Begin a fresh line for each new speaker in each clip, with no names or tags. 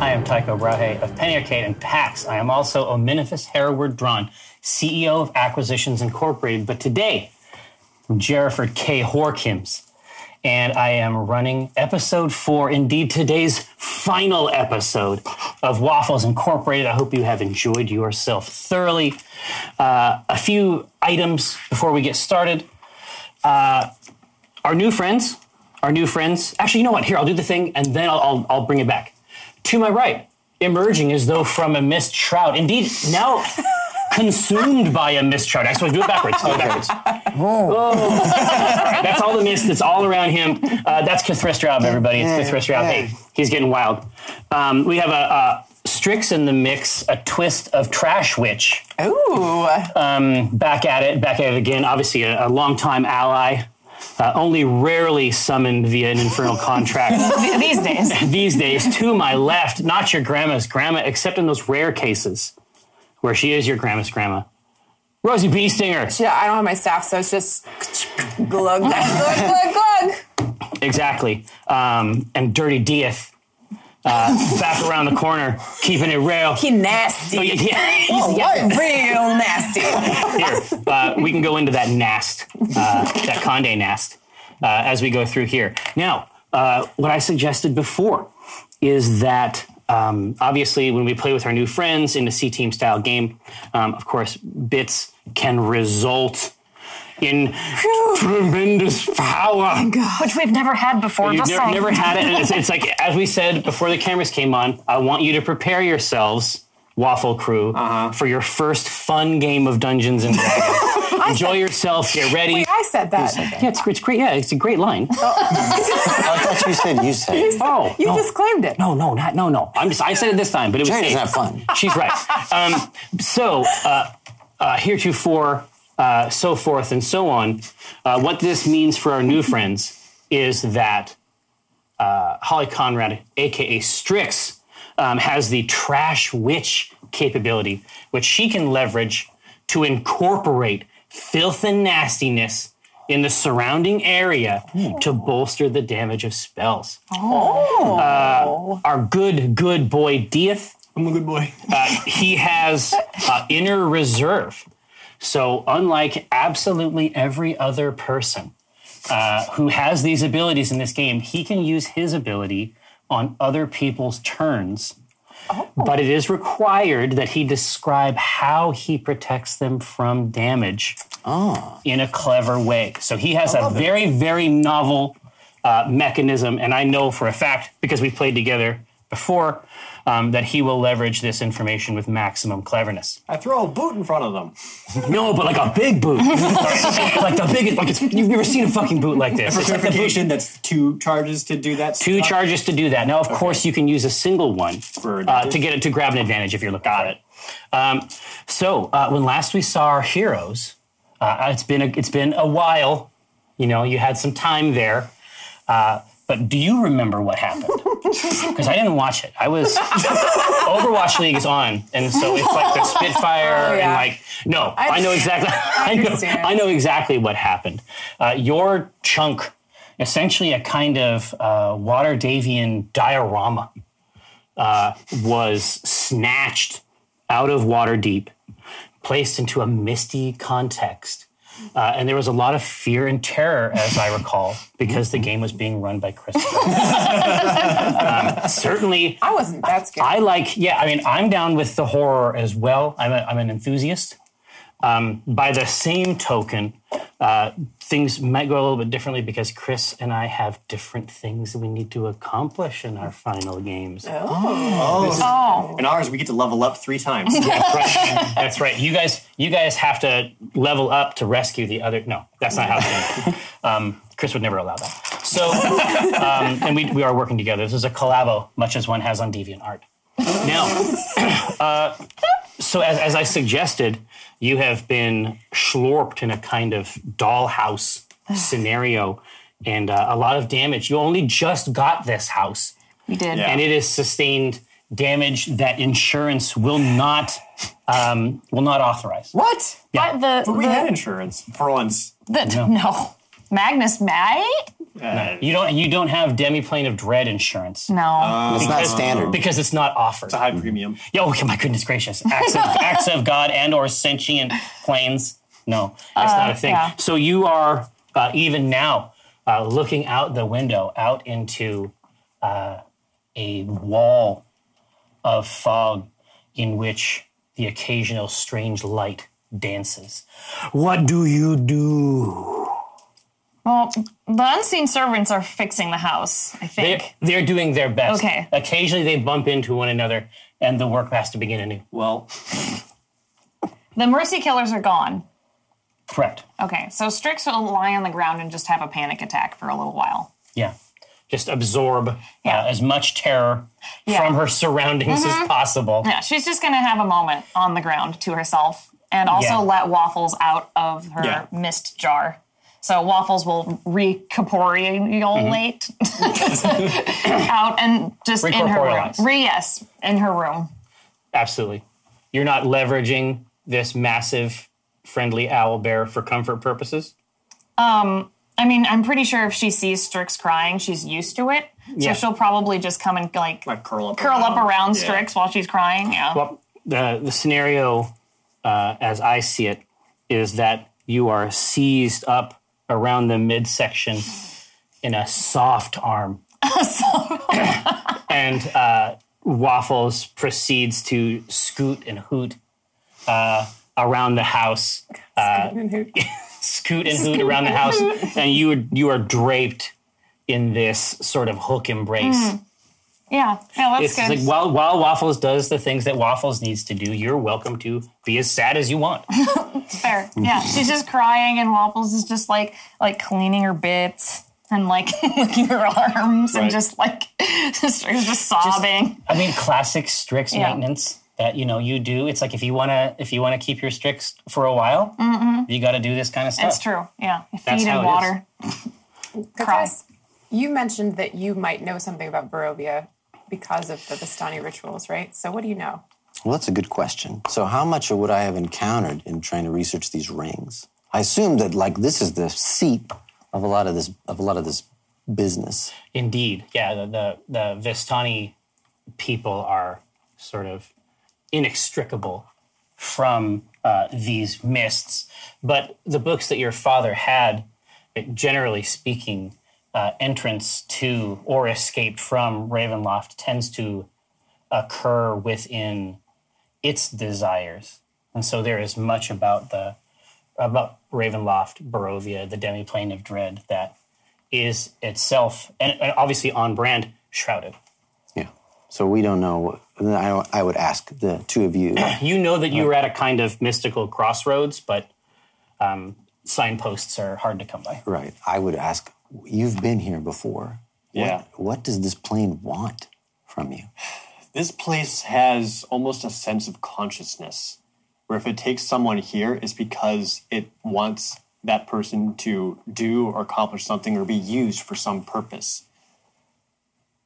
I am Tycho Brahe of Penny Arcade and PAX. I am also Ominifus Hereward Drawn, CEO of Acquisitions Incorporated. But today, I'm Jerriford K. Horkims, and I am running episode four, indeed today's final episode of Waffles Incorporated. I hope you have enjoyed yourself thoroughly. Uh, a few items before we get started. Uh, our new friends, our new friends. Actually, you know what? Here, I'll do the thing, and then I'll, I'll, I'll bring it back. To my right, emerging as though from a mist shroud. Indeed, now consumed by a mist shroud. Actually, do it backwards. Do it backwards. Oh. That's all the mist that's all around him. Uh, that's Cthulhu Raub, everybody. It's Cthulhu Raub. Hey, he's getting wild. Um, we have a, a Strix in the mix, a twist of Trash Witch.
Ooh.
Back at it, back at it again. Obviously, a, a longtime ally. Uh, only rarely summoned via an infernal contract
These days.
these days. To my left, not your grandma's grandma, except in those rare cases where she is your grandma's grandma. Rosie B. Stinger.
Yeah, I don't have my staff, so it's just glug, glug, glug, glug.
Exactly. Um, and Dirty Deeth uh, back around the corner, keeping it real.
He nasty.
Oh, yeah.
He's real nasty.
Here, uh, we can go into that nast, uh, that Conde nast, uh, as we go through here. Now, uh, what I suggested before is that um, obviously when we play with our new friends in a C team style game, um, of course, bits can result in tremendous power.
which we've never had before.
You've
just
never,
saying.
never had it. And it's, it's like, as we said before the cameras came on, I want you to prepare yourselves, Waffle Crew, for your first fun game of Dungeons and Dragons. Enjoy yourself. Get ready.
Wait, I said that.
yeah, it's, it's great. Yeah, it's a great line.
I thought you said you said.
Oh,
You
no,
disclaimed it.
no, no, not, no, no. I'm just, I said it this time, but it was
Trying to
safe.
have fun.
She's right. Um, so, uh, uh, heretofore, uh, so forth and so on. Uh, what this means for our new friends is that uh, Holly Conrad, aka Strix, um, has the Trash Witch capability, which she can leverage to incorporate filth and nastiness in the surrounding area to bolster the damage of spells. Oh. our good, good boy Deeth
I'm a good boy.
uh, he has uh, inner reserve. So, unlike absolutely every other person uh, who has these abilities in this game, he can use his ability on other people's turns. But it is required that he describe how he protects them from damage in a clever way. So, he has a very, very novel uh, mechanism. And I know for a fact, because we've played together before, um, that he will leverage this information with maximum cleverness.
I throw a boot in front of them.
No, but like a big boot. like the biggest, like it's, you've never seen a fucking boot like this. It's like the boot-
Clarification that's two charges to do that.
two
stuff.
charges to do that. Now, of course, you can use a single one
For
uh, to
advantage.
get it to grab an advantage if you're looking at it. Um, so, uh, when last we saw our heroes, uh, it's been a, it's been a while. You know, you had some time there. Uh, but do you remember what happened? Because I didn't watch it. I was Overwatch League is on, and so it's like the Spitfire
Oh, yeah.
and like no, I, know exactly. I know,
understand.
I know exactly what happened. Uh, your chunk, essentially a kind of uh, Water Davian diorama, uh, was snatched out of Waterdeep, placed into a misty context Uh, and there was a lot of fear and terror, as I recall, because the game was being run by Chris. Um, certainly,
I wasn't that scared.
I like, yeah, I mean, I'm down with the horror as well. I'm, a, I'm an enthusiast. Um, by the same token, uh, things might go a little bit differently because Chris and I have different things that we need to accomplish in our final games.
Oh.
In ours, we get to level up three times.
right. That's right. You guys, you guys have to level up to rescue the other. No, that's not how. it um, Chris would never allow that. So, um, and we, we are working together. This is a collabo, much as one has on DeviantArt. Now, uh, so as, as I suggested, you have been schlorped in a kind of dollhouse scenario, and uh, a lot of damage. You only just got this house
We did.
Yeah.
and it is sustained damage that insurance will not um, will not authorize.
what?
But the,
But we
the,
had insurance for once.
the- no. Magnus might?
Uh,
You don't you don't have demiplane of dread insurance
No.
Uh,
It's not standard.
because it's not offered.
it's a high premium.
Yo, oh, my goodness gracious, acts of, acts of God and or sentient planes. No, it's not a thing.
Uh, yeah.
So you are uh, even now uh, looking out the window out into uh, a wall of fog in which the occasional strange light dances. What do you do?
well, the unseen servants are fixing the house, I think.
They're, they're doing their best.
Okay.
Occasionally they bump into one another and the work has to begin anew.
Well,
the mercy killers are gone.
Correct.
Okay, so Strix will lie on the ground and just have a panic attack for a little while.
Yeah. Just absorb
Yeah.
uh, as much terror
Yeah. Mm-hmm.
from her surroundings as possible.
Yeah, she's just gonna have a moment on the ground to herself and also
Yeah.
let Waffles out of her
Yeah.
mist jar. So Waffles will recorporeate out and just in her room.
Recorporealize.
Re yes, in her room.
Absolutely. You're not leveraging this massive friendly owl bear for comfort purposes.
Um, I mean, I'm pretty sure if she sees Strix crying, she's used to it. So
Yeah.
she'll probably just come and like
like curl up
curl up around
Yeah.
Strix while she's crying. Yeah.
The, the scenario, uh, as I see it, is that you are seized up around the midsection in a soft arm. and uh, Waffles proceeds to scoot and hoot uh, around the house. uh, scoot and hoot around the house, and you are- you are draped in this sort of hook embrace.
yeah. Yeah, that's
It's
good.
like while while Waffles does the things that Waffles needs to do, you're welcome to be as sad as you want.
Fair. Yeah. She's just crying and Waffles is just like like cleaning her bits and like licking her arms and
Right.
just like just, just sobbing.
I mean, classic Strix
Yeah.
maintenance that you know you do. It's like if you wanna if you wanna keep your Strix for a while,
Mm-hmm.
you got to do this kind of stuff.
That's true. Yeah. You
That's
Feed
how it
and
is.
water. Cry.
Guys, you mentioned that you might know something about Barovia because of the Bastani rituals, right? So what do you know?
Well, that's a good question. So, how much would I have encountered in trying to research these rings? I assume that like this is the seat of a lot of this of a lot of this business.
Indeed, yeah. The, the the Vistani people are sort of inextricable from uh, these mists, but the books that your father had, generally speaking, uh, entrance to or escape from Ravenloft tends to occur within its desires, and so there is much about the about Ravenloft, Barovia, the demiplane of dread that is itself, and, and obviously on brand, shrouded.
Yeah. So we don't know. I, I would ask the two of you.
You know that you were at a kind of mystical crossroads, but um, signposts are hard to come by.
right. I would ask. You've been here before.
Yeah.
What, what does this plane want from you?
This place has almost a sense of consciousness, where if it takes someone here, it's because it wants that person to do or accomplish something or be used for some purpose.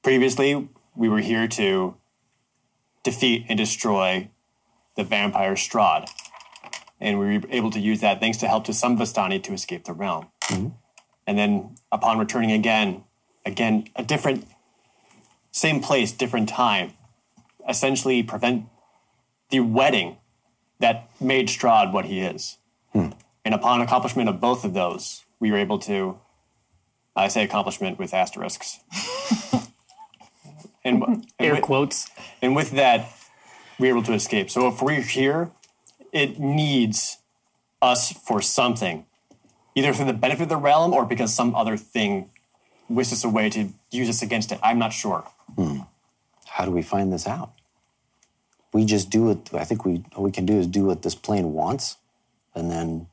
Previously, we were here to defeat and destroy the vampire Strahd, and we were able to use that thanks to help to some Vistani to escape the realm. And then, upon returning again, again, a different, same place, different time, essentially prevent the wedding that made Strahd what he is. And upon accomplishment of both of those, we were able to, I say accomplishment with asterisks. and, and
Air
with-
quotes.
and with that, we're able to escape. So if we're here, it needs us for something, either for the benefit of the realm or because some other thing whisked us away to use us against it. I'm not sure.
How do we find this out? We just do what I think we all we can do is do what this plane wants, and then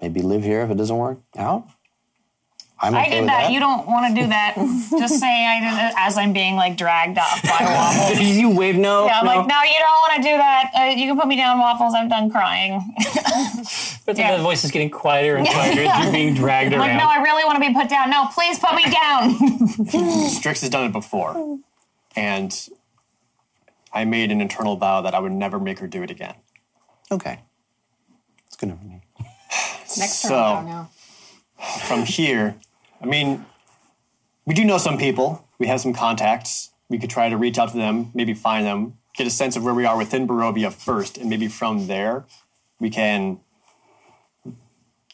maybe live here if it doesn't work out. I'm
I
okay
did
with
that. You don't want to do that. Just saying, I did it as I'm being like dragged off by waffles.
You wave no.
Yeah, I'm
no.
like, no, you don't want to do that. Uh, you can put me down, waffles. I'm done crying.
But then
yeah.
the voice is getting quieter and quieter as you're being dragged
like,
around.
no, I really want to be put down. No, please put me down.
Strix has done it before. And I made an internal vow that I would never make her do it again.
Okay, it's good enough for me.
Next
So-
turn, I don't know.
From here, I mean, we do know some people. We have some contacts. We could try to reach out to them, maybe find them, get a sense of where we are within Barovia first, and maybe from there we can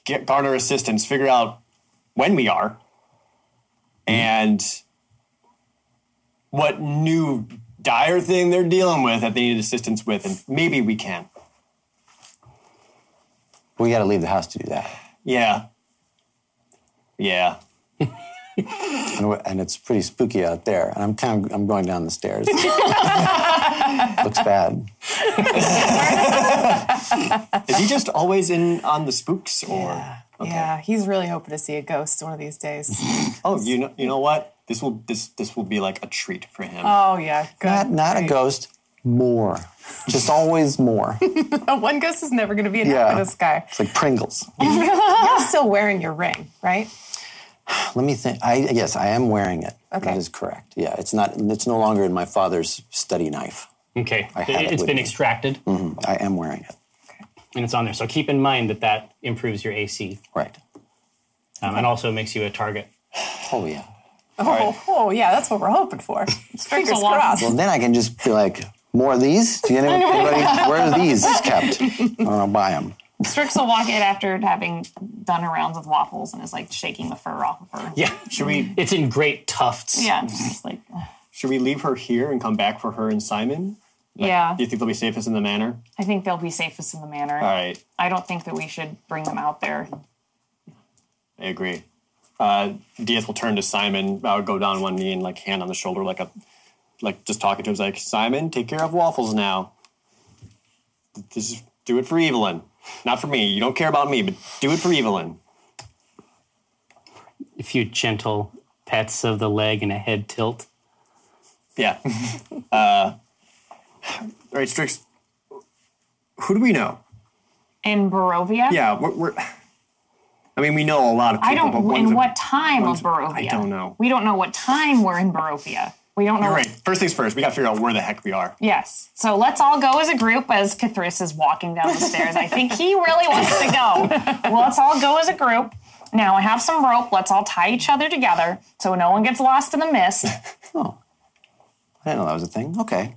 get garner assistance, figure out when we are, and what new dire thing they're dealing with that they need assistance with, and maybe we can.
We got to leave the house to do that,
Yeah. Yeah.
and, we're- and it's pretty spooky out there. And I'm kind of I'm going down the stairs. Looks bad.
Is he just always in on the spooks or?
Yeah, he's really hoping to see a ghost one of these days.
Oh, you know, you know what? This will this this will be like a treat for him.
Oh yeah, good.
Not not a
Great.
ghost. More, just always more.
One ghost is never going to be enough
Yeah.
for this guy.
It's like Pringles.
You're still wearing your ring, right?
Let me think. I yes, I am wearing it.
Okay.
That is correct. Yeah, it's not. It's no longer in my father's study knife.
okay,
I had it
it, has
with
been
me. Mm-hmm.
extracted
I am wearing it.
and it's on there. So keep in mind that that improves your AC
Right.
um,
Mm-hmm.
and also makes you a target.
Oh yeah.
Oh, oh yeah, that's what we're hoping for. Fingers
lot.
crossed.
Well, then I can just be like, more of these. Do you know anybody? Where are these kept? Or I'll buy them.
Strix will walk in after having done her rounds with waffles and is like shaking the fur off of her.
Yeah,
Should we
it's in great tufts.
Yeah. Just like,
should we leave her here and come back for her and Simon?
yeah.
Do you think they'll be safest in the manor?
I think they'll be safest in the manor.
All right,
I don't think that we should bring them out there.
I agree. Uh, Diaz will turn to Simon. I would go down one knee and like hand on the shoulder, like a like just talking to him. Like Simon, take care of waffles now. This is do it for Evelyn, not for me. You don't care about me, but do it for Evelyn.
A few gentle pets of the leg and a head tilt.
Yeah. uh, all right, Strix. Who do we know?
In Barovia?
Yeah, we're. we're I mean, we know a lot of people.
I don't.
but one's
In
a-
what time of
one's-
Barovia?
I don't know.
We don't know what time we're in Barovia. We don't know.
All right, first things first. We got to figure out where the heck we are.
Yes. So let's all go as a group as Cathris is walking down the stairs. I think he really wants to go. Well, let's all go as a group. Now I have some rope. Let's all tie each other together so no one gets lost in the mist.
Oh, I didn't know that was a thing. Okay.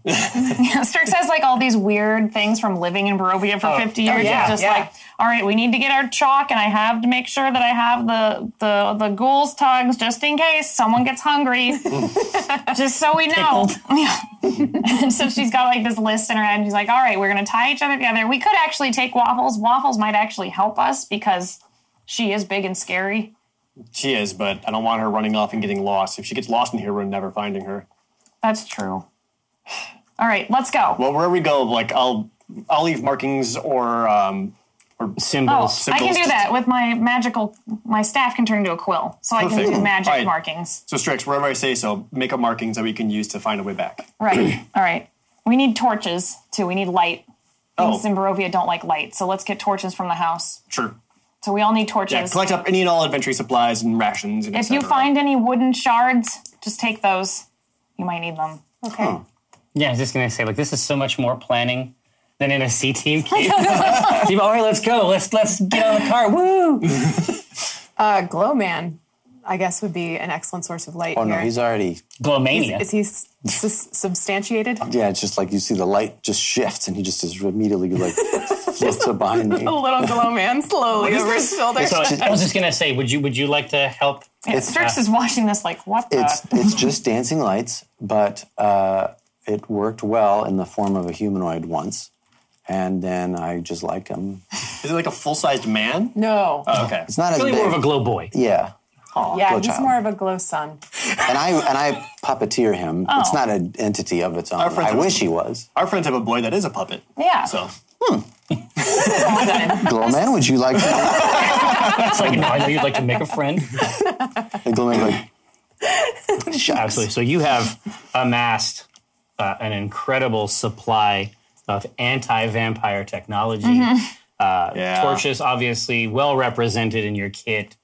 Strix has like all these weird things from living in Barovia for 50 years.
Oh. yeah,
It's just
yeah.
like, all right, we need to get our chalk, and I have to make sure that I have the the the ghoul's tongues just in case someone gets hungry, just so we know. Yeah. and so she's got like this list in her head, and she's like, all right, we're gonna tie each other together. We could actually take waffles. Waffles might actually help us because she is big and scary.
She is, but I don't want her running off and getting lost. If she gets lost in here, we're never finding her.
That's true. All right, let's go.
Well, where we go, like I'll, I'll leave markings or, um, or
Oh,
Symbols.
I can
symbols
do
to-
that with my magical. My staff can turn into a quill, so I
Perfect.
can do magic
Right.
markings.
so Strix, wherever I say so, make up markings that we can use to find a way back.
Right. All right. We need torches too. We need light. Things
Oh.
in Barovia don't like light, so let's get torches from the house.
Sure.
So we all need
Yeah,
torches.
collect up any and all adventure supplies and rations. And et
if you
cetera.
find any wooden shards, just take those. You might need them.
Okay.
Yeah, I was just gonna say, like, this is so much more planning than in a C team game. Team, all right, let's go. Let's let's get on the car. Woo!
Uh, Glowman I guess, would be an excellent source of light
Oh
here.
no, he's already.
Is-
Glomania.
is he s- s- substantiated?
Yeah, it's just like you see the light just shifts, and he just is immediately like flips up behind me.
A little glow man slowly over his shoulder.
so I was just gonna say, would you would you like to help?
Yeah, Strix
uh,
is watching this like, what the?
It's it's just dancing lights, but uh, it worked well in the form of a humanoid once, and then I just like him.
Is it like a full sized man?
no.
Oh, okay.
It's not as
Really
big.
more of a glow boy.
yeah.
yeah,
Oh, glow
he's
child.
more of a glow sun.
and I and I puppeteer him.
Oh.
It's not an entity of its own.
friends
I
are-
wish he was.
Our friends have a boy that is a puppet.
Yeah.
So
Glowman, would you like? to...
It's like, no, I know you'd like to make a friend.
And Glowman's like, shucks.
Absolutely. So you have amassed uh, an incredible supply of anti-vampire technology. Uh,
Yeah.
Torches, obviously, well represented in your kit.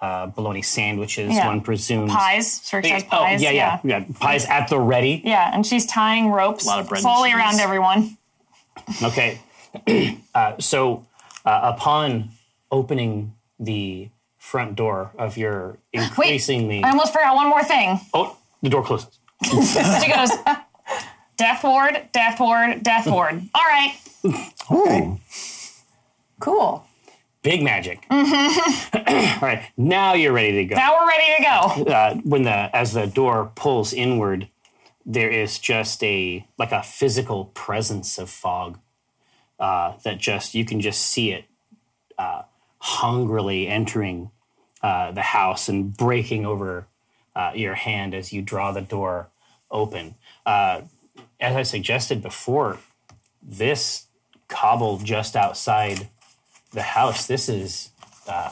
Uh, bologna sandwiches,
Yeah.
one presumes.
pies. Strix has
Oh,
pies.
yeah, yeah, yeah. Pies at the ready.
Yeah, and she's tying ropes
Lot of bread and
slowly
cheese.
around everyone.
Okay. uh, so, uh, upon opening the front door of your increasingly,
I almost forgot one more thing.
oh, the door closes.
She goes, Death Ward, Death Ward, Death Ward. All right.
Ooh.
Cool.
Big magic. All right, now you're ready to go.
Now we're ready to go.
uh, when the as the door pulls inward, there is just a like a physical presence of fog uh, that just you can just see it uh, hungrily entering uh, the house and breaking over uh, your hand as you draw the door open. Uh, as I suggested before, this cobble just outside the house. This is uh,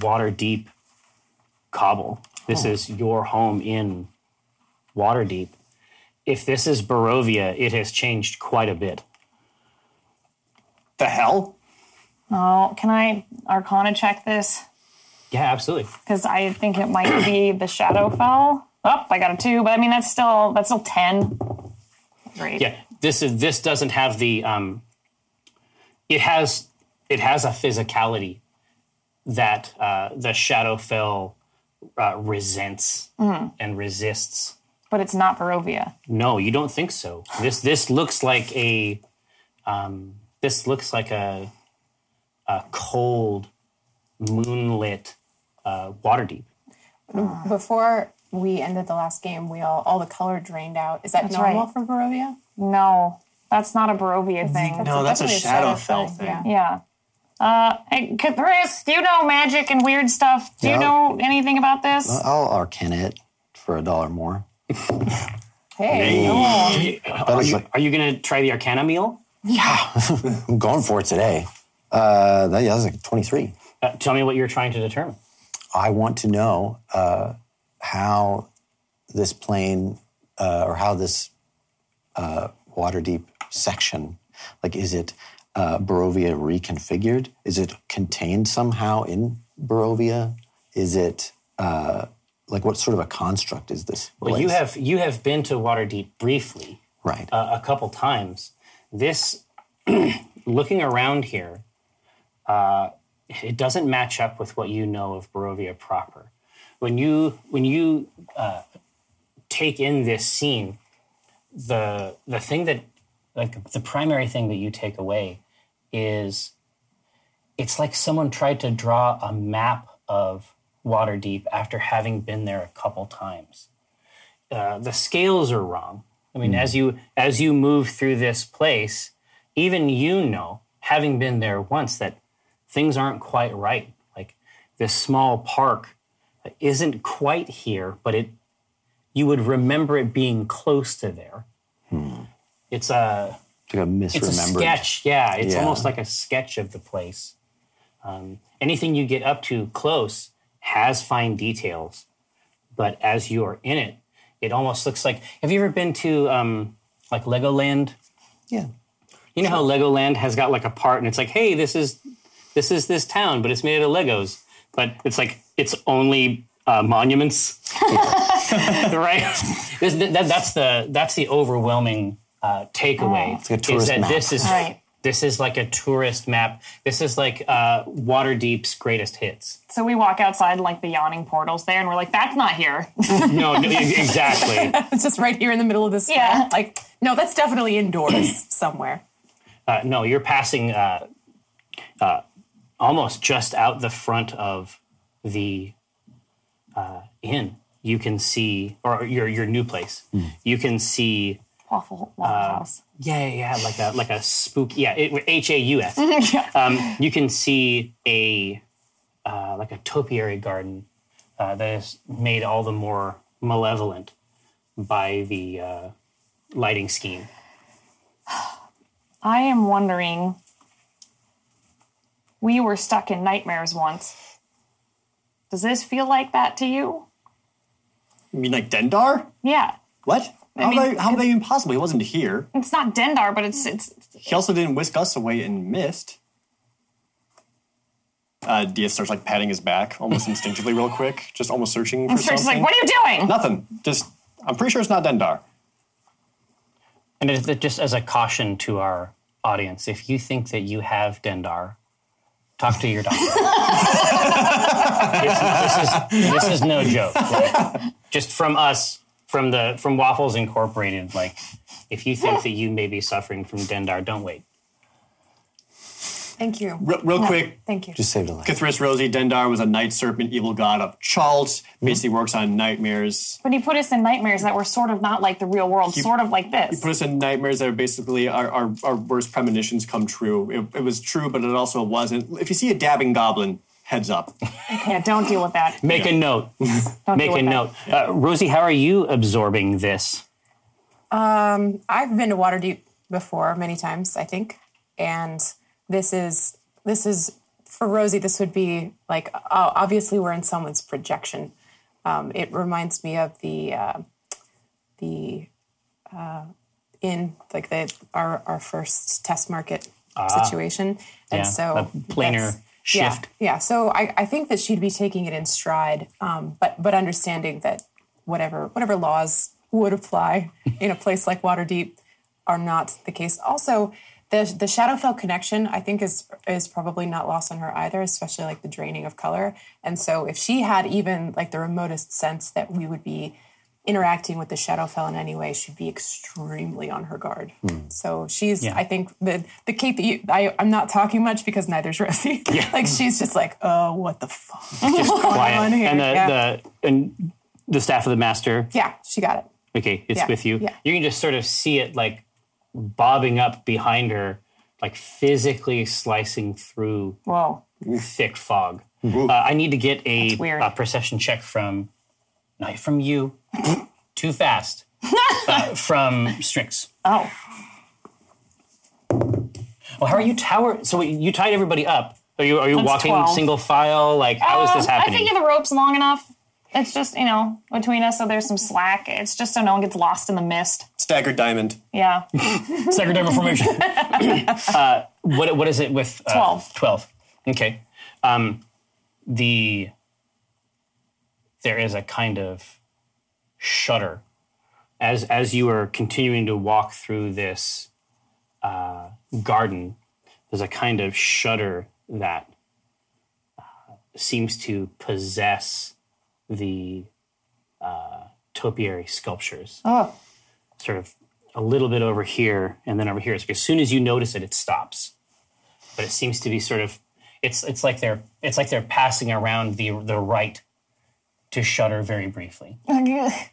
water deep cobble. This is your home in Waterdeep. If this is Barovia, it has changed quite a bit.
the hell?
Oh, can I Arcana check this?
Yeah, absolutely.
Because I think it might be the Shadowfell. Oh, I got a two, but I mean that's still that's still ten. Great.
Yeah, this is this doesn't have the um. It has it has a physicality that uh, the Shadowfell uh, resents and resists.
But it's not Barovia.
No, you don't think so. This this looks like a um, this looks like a a cold, moonlit uh, water deep.
Before we ended the last game, we all all the color drained out. Is that normal
right.
for Barovia?
No, that's not a Barovia thing.
No, that's a
Definitely
shadow fell thing.
Yeah.
Yeah. Uh, hey, Cathris, do you know magic and weird stuff? Do you
Yeah. Uh.
know anything about this?
I'll arcana it for a dollar more.
Hey,
Are you, are you gonna try the Arcana meal?
I'm going for it today. Uh, that, yeah, that was like 23.
Uh, tell me what you're trying to determine.
I want to know uh, how this plane uh, or how this uh, water deep section, like, is it uh, Barovia reconfigured? Is it contained somehow in Barovia? Is it uh, like what sort of a construct is this?
Well, you
place?
have uh, you have been to Waterdeep briefly.
right.
a a couple times. This looking around here, uh, it doesn't match up with what you know of Barovia proper. When you when you uh, take in this scene, the the thing that like the primary thing that you take away is it's like someone tried to draw a map of Waterdeep after having been there a couple times uh, the scales are wrong. I mean, as you as you move through this place, even you know, having been there once, that things aren't quite right. Like this small park isn't quite here, but it you would remember it being close to there. It's uh, a
It's like a
it's a
misremembered.
sketch. Yeah, it's
Yeah.
almost like a sketch of the place. Um, anything you get up to close has fine details, but as you are in it, it almost looks like. Have you ever been to um, like Legoland?
Yeah.
You know how Legoland has got like a part, and it's like, hey, this is this is this town, but it's made out of Legos, but it's like it's only uh, monuments, right? This, that, that's the that's the overwhelming uh, takeaway.
Ah. like a
is
tourist
that
map.
this is
Right.
This is like a tourist map. This is like uh, Waterdeep's greatest hits.
So we walk outside like the yawning portals there, and we're like, "That's not here."
No, no ex- exactly.
It's just right here in the middle of this. square.
Yeah.
Like, no, that's definitely indoors somewhere.
Uh, no, you're passing uh, uh, almost just out the front of the uh, inn. You can see, or your your new place. You can see,
Waffle, waffle house.
yeah, yeah, yeah, like a like a spooky, yeah, H A U S. Um, You can see a uh, like a topiary garden uh, that is made all the more malevolent by the uh, lighting scheme.
I am wondering. We were stuck in nightmares once. Does this feel like that to you?
You mean like Dendar?
Yeah.
What? How,
mean,
they, how they even possible? He wasn't here.
It's not Dendar, but it's it's
He also didn't whisk us away in mist. Uh, Diaz starts like patting his back almost instinctively, real quick, just almost searching for
it's
something.
like, what are you doing?
Nothing. Just I'm pretty sure it's not Dendar.
And it, it- just as a caution to our audience, if you think that you have Dendar, talk to your doctor. It's- this, is, this is no joke. like, just from us, from the from Waffles Incorporated, like if you think that you may be suffering from Dendar, don't wait.
Thank you.
Re- real quick,
Thank you.
Just saved a life.
Cthulhu's Rosie Dendar was a night serpent, evil god of Chalt. Basically, works on nightmares.
But he put us in nightmares that were sort of not like the real world, sort of like this.
put us in nightmares that are basically our, our, our worst premonitions come true. It, it was true, but it also wasn't. If you see a dabbing goblin, heads up.
yeah, don't deal with that.
Make a note.
Don't
Make
deal
a
with that.
note. Uh, Rosie, how are you absorbing this?
I've been to Waterdeep before many times, I think, and this is this is for Rosie. This would be like oh, obviously we're in someone's projection. Um, it reminds me of the uh, the uh, in like the our our first test market situation, and
Ah. Yeah,
so
a planar
that's-
shift.
Yeah, yeah. So I, I think that she'd be taking it in stride, um, but but understanding that whatever whatever laws would apply in a place like Waterdeep are not the case. Also, the the Shadowfell connection I think is is probably not lost on her either, especially like the draining of color. And so if she had even like the remotest sense that we would be interacting with the Shadowfell in any way, she'd be extremely on her guard.
Hmm.
So she's I think the the Kate that you I, I'm not talking much because neither's Rosie. like she's just like, oh what the fuck?
Just
on
quiet.
here?
And the,
Yeah.
the and the staff of the master
yeah, she got it.
Okay, it's
Yeah,
with you.
yeah.
You can just sort of see it like bobbing up behind her, like physically slicing through
Whoa.
thick fog. Uh, I need to get a,
weird.
uh perception check from, not from you, too fast, uh, from Strix.
Oh.
Well, how are you tower? So wait, you tied everybody up. Are you are you
That's
walking
12.
single file? Like how is this
Um,
happening?
I figure the rope's long enough. It's just, you know, between us, so there's some slack. It's just so no one gets lost in the mist.
Staggered diamond.
Yeah.
Secretary formation. uh, what what is it with uh,
12.
Twelve. Okay. Um, the there is a kind of shudder as as you are continuing to walk through this uh, garden. There's a kind of shudder that uh, seems to possess the uh, topiary sculptures sort of a little bit over here and then over here. It's like as soon as you notice it, it stops. But it seems to be sort of it's it's like they're it's like they're passing around the the right to shudder very briefly.
the,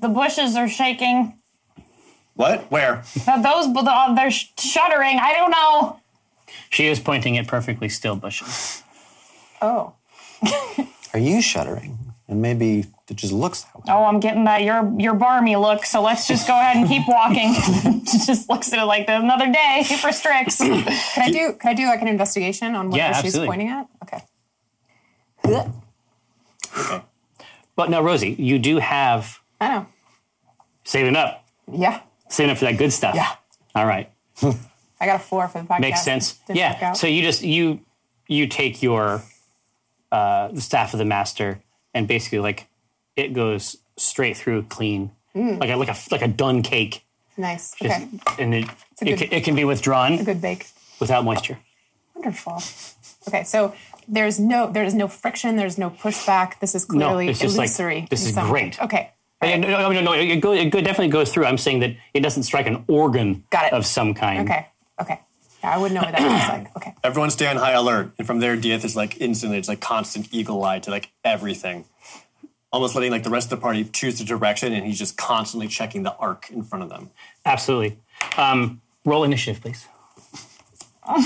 the bushes are shaking.
What? Where?
Uh, Those, uh, they're sh- shuddering. I don't know.
She is pointing at perfectly still bushes.
Oh.
Are you shuddering? And maybe it just looks that way.
Oh, I'm getting that your your barmy look. So let's just go ahead and keep walking. She just looks at it like another day for Strix.
Can I do can I do like an investigation on what
Yeah,
she's
absolutely.
pointing at? Okay.
But now, Rosie, you do have
I know.
saving up,
Yeah.
saving up for that good stuff.
Yeah.
All right,
I got a four for the podcast.
makes sense.
Didn't work
yeah.
out.
So you just you you take your uh, staff of the master and basically like it goes straight through clean, like a, like a like a done cake.
Nice.
Just-
Mm. Okay.
And it,
a
it,
good-
ca- it can be withdrawn
Good bake.
without moisture.
Wonderful. Okay, so there's no there is no friction. There's no pushback. This is clearly
it's just like,
illusory.
this
in
is
some way.
great.
Okay.
Yeah, No, no, no, no, It, go, it go, definitely goes through. I'm saying that it doesn't strike an organ
Got it.
of some kind.
Okay. Okay. Yeah, I would know what that looks like. Okay.
Everyone stay on high alert. And from there, Dieth is like instantly, it's like constant eagle eye to like everything. Almost letting like the rest of the party choose the direction and he's just constantly checking the arc in front of them.
Absolutely. Um, roll initiative, please.
Oh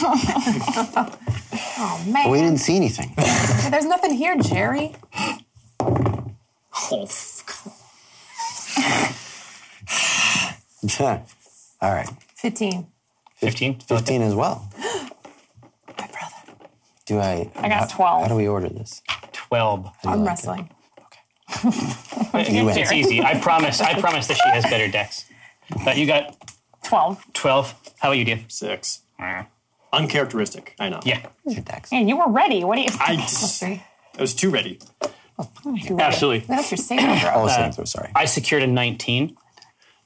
man,
We didn't see anything.
there's nothing here, Jerry.
Oh, f-
All right.
Fifteen.
15.
15 as well.
My brother.
Do I?
I got
how-
12.
How do we order this?
12.
Arm wrestling.
You win.
It's easy. I promise. I promise that she has better decks. But you got
12.
12. How about you, Dieth?
six. Uncharacteristic. I know.
Yeah.
These are decks.
Yeah, you were ready. What do you?
I
Let's
just,
see.
I was too ready.
Absolutely.
That's your saving throw.
Oh, same throw, sorry.
I secured a 19.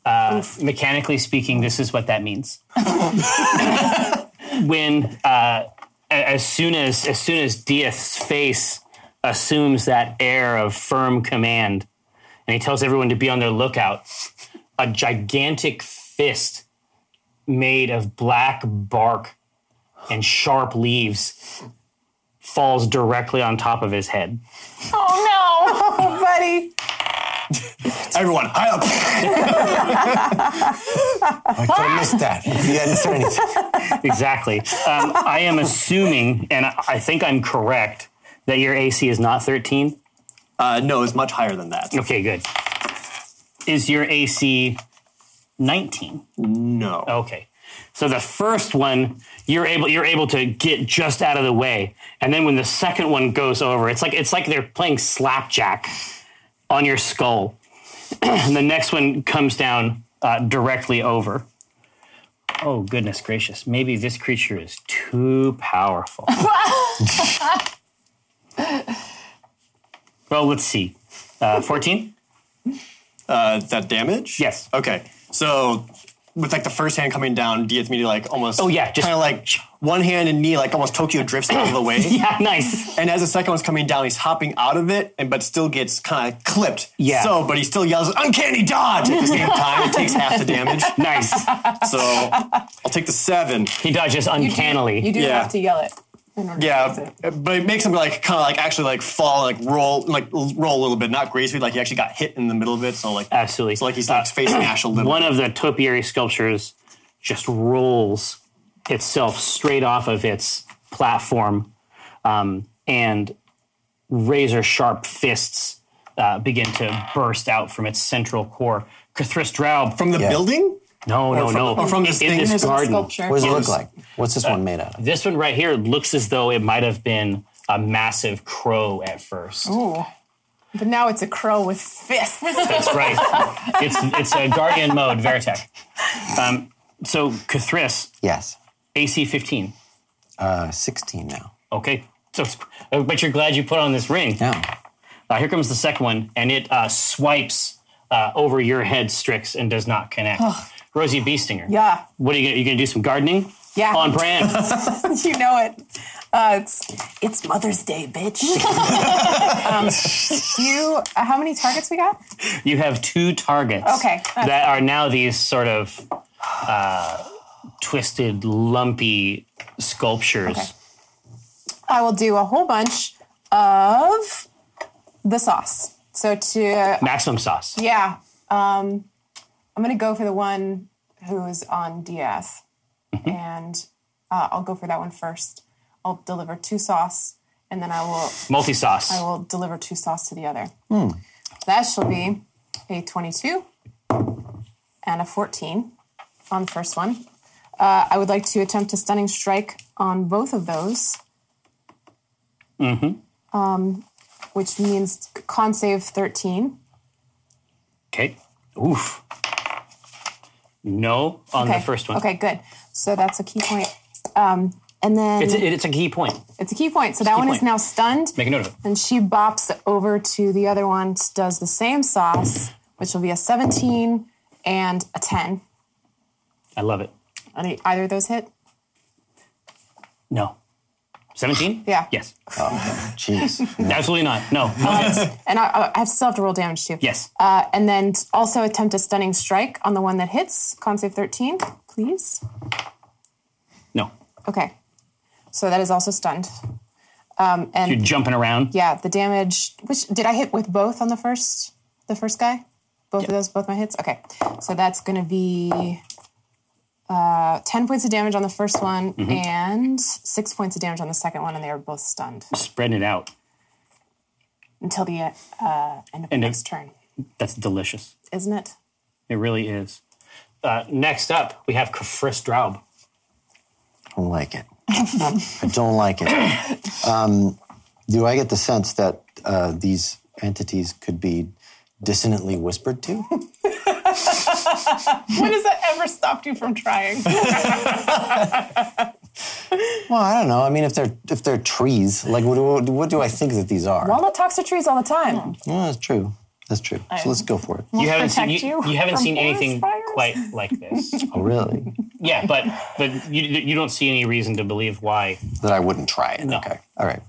Uh, mechanically speaking, this is what that means. when uh, a- as soon as as soon as Dieth's face assumes that air of firm command, and he tells everyone to be on their lookout, a gigantic fist made of black bark and sharp leaves falls directly on top of his head.
Oh
Oh, buddy.
Everyone, high up.
I could have missed that. If you hadn't said anything.
exactly. Um, I am assuming, and I I think I'm correct, that your AC is not 13.
Uh, no, it's much higher than that.
Okay, good. Is your AC 19?
No.
Okay. So the first one you're able you're able to get just out of the way, and then when the second one goes over, it's like it's like they're playing slapjack on your skull. and the next one comes down uh, directly over. Oh goodness gracious! Maybe this creature is too powerful. well, let's see. Fourteen.
Uh, that damage?
Yes.
Okay. So with like the first hand coming down, Dieth me like almost
Oh, yeah, just-
kind of like one hand and knee like almost Tokyo drifts out of the way.
yeah, nice.
And as the second one's coming down, he's hopping out of it, and but still gets kind of clipped.
Yeah.
So, but he still yells "uncanny dodge" at the same time. it takes half the damage.
Nice.
So, I'll take the seven.
He dodges uncannily.
You do
Yeah.
have to yell it. In order To
Yeah,
use it.
but it makes him like kind of like actually like fall like roll like l- roll a little bit, not gracefully. Like he actually got hit in the middle of it, so like
Absolutely.
so like he's like face mash a little.
one
bit.
of the topiary sculptures just rolls itself straight off of its platform, um, and razor sharp fists uh, begin to burst out from its central core. Cthulhu Draub.
from the
Yeah.
building.
no, no,
from-
no.
or from this
in,
thing?
this
This
garden.
Sculpture.
What does it look like? What's this one made out of?
This one right here looks as though it might have been a massive crow at first.
Ooh. But now it's a crow with fists.
That's right. it's it's a guardian mode Veritech. Um, so Cthulhu
Yes.
AC fifteen.
Uh, 16 now.
Okay. So, uh, but you're glad you put on this ring.
No.
Uh, here comes the second one, and it uh, swipes uh, over your head, Strix, and does not connect. Rosie Beestinger.
Yeah.
What are you gonna, you gonna do? Some gardening?
Yeah.
On brand.
you know it. Uh, it's it's Mother's Day, bitch. um, do you? Uh, how many targets we got?
you have two targets.
Okay.
That are now these sort of uh, twisted, lumpy sculptures.
Okay. I will do a whole bunch of the sauce. So to
Maximum sauce.
yeah, um, I'm gonna go for the one who's on Diaz, and uh, I'll go for that one first. I'll deliver two sauce, and then I will
Multi sauce.
I will deliver two sauce to the other.
Hmm.
That shall be a 22 and a 14 on the first one. Uh, I would like to attempt a stunning strike on both of those. Mm-hmm. Um,
Mm-hmm.
which means con save 13.
Okay. Oof. No on
okay.
the first one.
Okay, good. So that's a key point. Um, and then
It's
it's,
a, it's a key point.
a key point. So that one
point.
is now stunned.
Make a note of it.
And she bops over to the other one, does the same sauce, which will be a 17 and a 10
I love it.
Any, either of those hit?
No. 17?
Yeah.
Yes.
Oh, Jeez.
Absolutely not. No.
And I, I have still have to roll damage too.
yes.
Uh, and then also attempt a stunning strike on the one that hits. Con save 13, please.
No.
Okay. So that is also stunned. Um, and
You're jumping around.
yeah, the damage. Which did I hit with both on the first, the first guy? Both of those, both my hits. Okay, so that's going to be uh, ten points of damage on the first one
Mm-hmm.
and six points of damage on the second one, and they are both stunned
Spreading it out.
until the uh, end of the
End of-
next turn,
That's delicious.
isn't it?
It really is. Uh, next up, we have Kafris Draub.
don't like it. I don't like it. Um, do I get the sense that uh, these entities could be dissonantly whispered to?
When has that ever stopped you from trying?
Well, I don't know. I mean, if they're if they're trees, like what, what, what do I think that these are?
Walnut talks to trees all the time.
Well, that's true. That's true. So let's go for it.
You haven't seen
protect
you,
you
you haven't
from
seen
forest
anything
fires.
quite like this.
Oh, really?
yeah, but but you you don't see any reason to believe why.
that I wouldn't try it. Okay. All right.